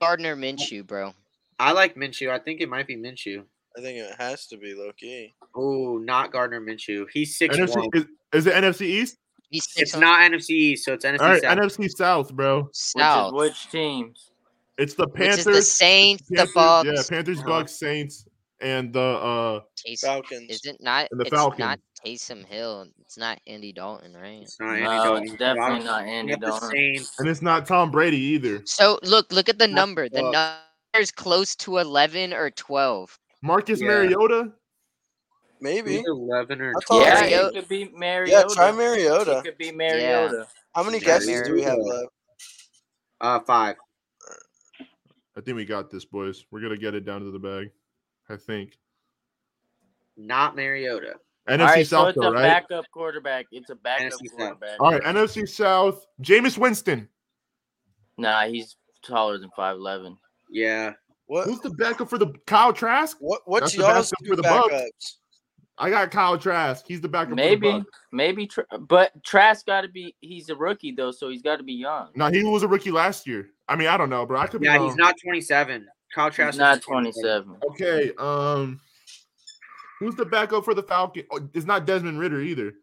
S3: Gardner Minshew, bro.
S1: I like Minshew. I think it might be Minshew.
S6: I think it has to be low key.
S1: Oh, not Gardner Minshew. He's six
S2: NFC
S1: one.
S2: is, is it NFC East?
S3: He's six
S1: It's
S3: on
S1: not NFC East, so it's NFC
S2: All right,
S1: South.
S2: NFC South, bro.
S5: Which is
S3: South, which,
S5: which teams?
S2: It's the
S3: is
S2: Panthers.
S3: the Saints, the
S2: Panthers-
S3: Bucks.
S2: Yeah, Panthers,
S1: Uh-huh.
S2: Bucks, Saints, and the uh
S3: Taysom-
S6: Falcons.
S3: is it not?
S2: And the
S3: it's not
S2: Falcons.
S3: Taysom Hill. It's not Andy Dalton, right?
S1: It's not Oh, Andy
S5: No,
S1: Dalton.
S5: it's definitely
S1: Dalton.
S5: not Andy
S1: Not the
S5: Dalton.
S1: Saints.
S2: and it's not Tom Brady either.
S3: So look, look at the
S1: Not
S3: number. The number's close to eleven or twelve.
S2: Marcus
S1: Yeah.
S2: Mariota.
S6: Maybe.
S1: He's eleven or
S6: I thought-
S1: 12.
S5: Yeah,
S3: Mario-
S5: it could be
S6: Yeah,
S5: Mariota.
S6: try Mariota.
S5: It could be Mariota.
S6: How many
S3: Yeah,
S6: guesses do we have
S1: Mariota.
S6: left?
S1: Uh, five.
S2: I think we got this, boys. We're gonna get it down to the bag. I think
S1: Not Mariota.
S2: NFC
S5: All right, so
S2: South,
S5: it's
S2: though,
S5: a
S2: right?
S5: backup quarterback. It's a backup
S1: NFC South.
S5: quarterback.
S2: All right, NFC South. Jameis Winston.
S5: Nah, he's taller than five eleven.
S1: Yeah.
S6: What
S2: Who's the backup for the Kyle Trask?
S6: what what's
S2: That's the
S6: y'all's
S2: backup
S6: two
S2: for the Bucks.
S6: backups?
S2: I got Kyle Trask. He's the backup. For the
S5: Maybe,
S2: Bucks.
S5: maybe, Tr- but Trask got to be. He's a rookie though, so he's got to be young.
S2: No, he was a rookie last year. I mean, I don't know, bro. I could be
S1: Yeah,
S2: wrong.
S1: he's not twenty-seven. Kyle
S5: He's
S1: Trask. is
S5: not twenty seven.
S2: Okay. Um, who's the backup for the Falcons? Oh, it's not Desmond Ritter either.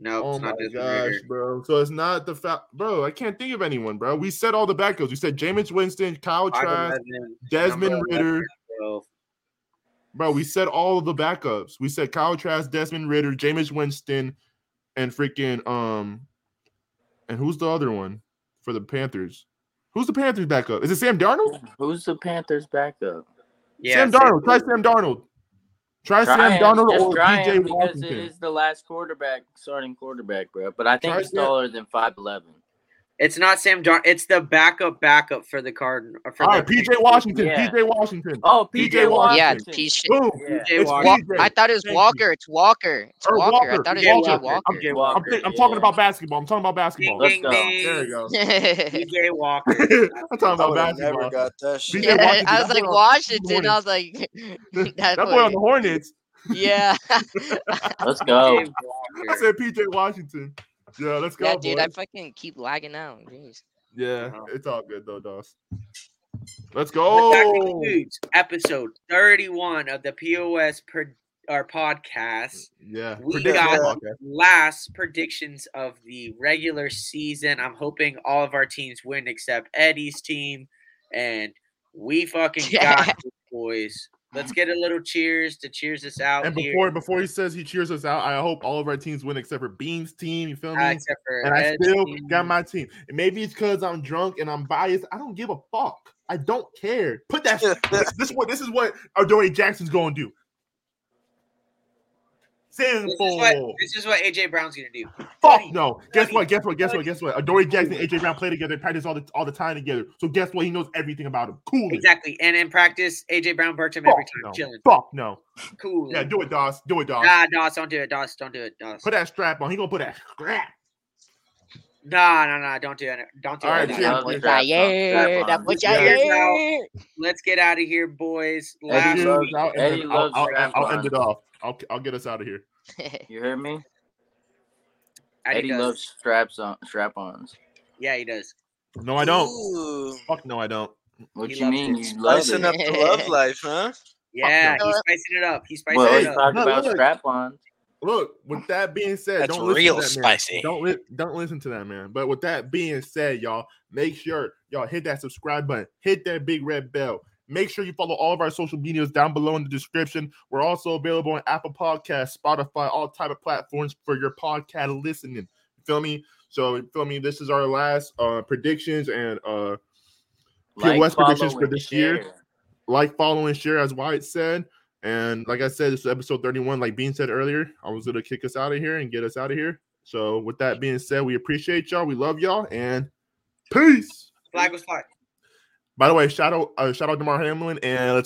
S1: No,
S2: oh
S1: it's
S2: my
S1: not Desmond
S2: gosh,
S1: Ritter.
S2: bro. So it's not the Fal- bro. I can't think of anyone, bro. We said all the backups. We said Jameis Winston, Kyle Trask,
S1: 5'11",
S2: Desmond
S1: number 11,
S2: Ritter.
S1: 12.
S2: Bro, we said all of the backups. We said Kyle Trask, Desmond Ritter, Jameis Winston, and freaking um, and who's the other one for the Panthers? Who's the Panthers backup? Is it Sam Darnold?
S5: Who's the Panthers backup?
S1: Yeah,
S2: Sam
S1: same
S2: Darnold. Try
S1: thing.
S2: Sam Darnold. Try,
S5: Try
S2: Sam
S5: him,
S2: Darnold
S5: just
S2: or
S5: try him
S2: PJ
S5: because it
S2: Washington.
S5: is the last quarterback, starting quarterback, bro. But I think
S2: Try
S5: he's
S2: Sam-
S5: taller than five eleven.
S1: It's not Sam Darnold. It's the backup backup for the Cardinal.
S2: All right, PJ Washington.
S5: Yeah.
S2: PJ Washington.
S5: Oh,
S2: PJ
S5: PJ Washington.
S3: Yeah, it's P- shit.
S2: Boom.
S5: Yeah.
S1: P.J.
S2: It's
S1: Walker.
S2: PJ.
S3: I thought it was
S2: Thank you.
S3: Walker. It's Walker. It's
S2: Or
S3: Walker. I thought it was
S1: Walker.
S3: PJ
S1: P.J.
S3: Walker.
S2: I'm,
S5: Walker.
S2: think, I'm
S5: yeah.
S2: talking about basketball. I'm talking about basketball.
S5: Let's
S1: Ding,
S5: go.
S1: ding,
S2: There you go.
S1: PJ Walker.
S2: I'm talking
S6: I
S2: about
S6: would have never
S2: basketball.
S6: got that shit.
S2: PJ
S3: yeah, I
S2: Washington,
S3: was
S2: that
S3: like
S2: boy on-
S3: Washington.
S2: Hornets.
S3: I
S2: That
S3: was like
S2: boy on the Hornets.
S3: Yeah.
S5: Let's go.
S1: P.J. Walker.
S2: I said PJ Washington. Yeah, let's go,
S3: yeah, dude, I
S2: boys.
S3: fucking keep lagging out. Jeez.
S2: Yeah, it's all good though, Doss. Let's
S1: But that
S2: go.
S1: concludes episode 31 of the POS per, our podcast.
S2: Yeah,
S1: We
S2: prediction
S1: got-
S2: podcast.
S1: Last predictions of the regular season. I'm hoping all of our teams win except Eddie's team. And we fucking got it, boys. Let's get a little cheers to cheers us out.
S2: And
S1: here.
S2: before before he says he cheers us out, I hope all of our teams win except for Beam's team. You feel me?
S1: Uh, except for
S2: and I
S1: Ed's
S2: still
S1: team.
S2: got my team. And maybe it's because I'm drunk and I'm biased. I don't give a fuck. I don't care. Put that. this, this what this is what Adoree Jackson's going to do.
S1: This is, what,
S2: Sinful.
S1: this is what AJ Brown's gonna do.
S2: Fuck no. Guess what? Guess what? Guess what? Guess what? Adoree Jackson and AJ Brown play together, practice all the all the time together. So guess what? He knows everything about him. Cool. it.
S1: Exactly. And in practice, AJ Brown burnt him
S2: Fuck
S1: every time.
S2: no.
S1: Chilling.
S2: Fuck no.
S1: Cool.
S2: Yeah, do it, Doss. Do it, Doss.
S1: Nah, Doss, don't do it. Doss, don't do it. Doss.
S2: Put that strap on. He gonna put that strap.
S1: Nah, nah, nah. Don't do it. Don't do
S2: All
S1: it.
S2: right,
S1: Nah,
S2: cheers.
S1: nah.
S5: That was
S2: dude.
S5: a draft on.
S3: Yeah, that boy
S2: Yeah.
S3: yeah.
S1: Let's get out of here, boys. Last
S2: Cheers
S5: Eddie loves-
S1: week,
S2: out, and
S5: Eddie
S2: then I'll,
S5: loves
S2: I'll,
S5: strap
S2: I'll end
S5: on.
S2: it off. I'll, I'll get us out of here.
S5: You hear me?
S1: Eddie
S5: Eddie
S1: does.
S5: loves straps on strap ons.
S1: Yeah, he does.
S2: No, I don't. Oh,
S6: Ooh.
S2: Fuck no, I don't.
S5: What
S3: He
S5: you
S3: loves
S5: mean?
S3: it.
S5: You love
S6: Spicing
S5: it.
S6: up the love life, huh?
S1: Yeah,
S3: Fuck
S1: he's
S3: no.
S1: spicing it up. He's spicing
S5: Well,
S1: it
S5: we
S1: up.
S5: talked
S2: No,
S5: about
S2: look.
S5: strap ons.
S2: Look, with that being said,
S4: That's
S2: don't listen
S4: real
S2: to that
S4: spicy.
S2: Man. Don't li- don't listen to that man. But with that being said, y'all, make sure y'all hit that subscribe button, hit that big red bell. Make sure you follow all of our social medias down below in the description. We're also available on Apple Podcasts, Spotify, all type of platforms for your podcast listening. You feel me? So you feel me. This is our last uh predictions and uh Pure West predictions for this year. like, follow, and share, as White said. And like I said, this is episode 31. Like Bean said earlier, I was going to kick us out of here and get us out of here. So, with that being said, we appreciate y'all. We love y'all. And peace.
S1: Flag was fine.
S2: By the way, shout out, uh, shout out to Mar Hamlin. And let's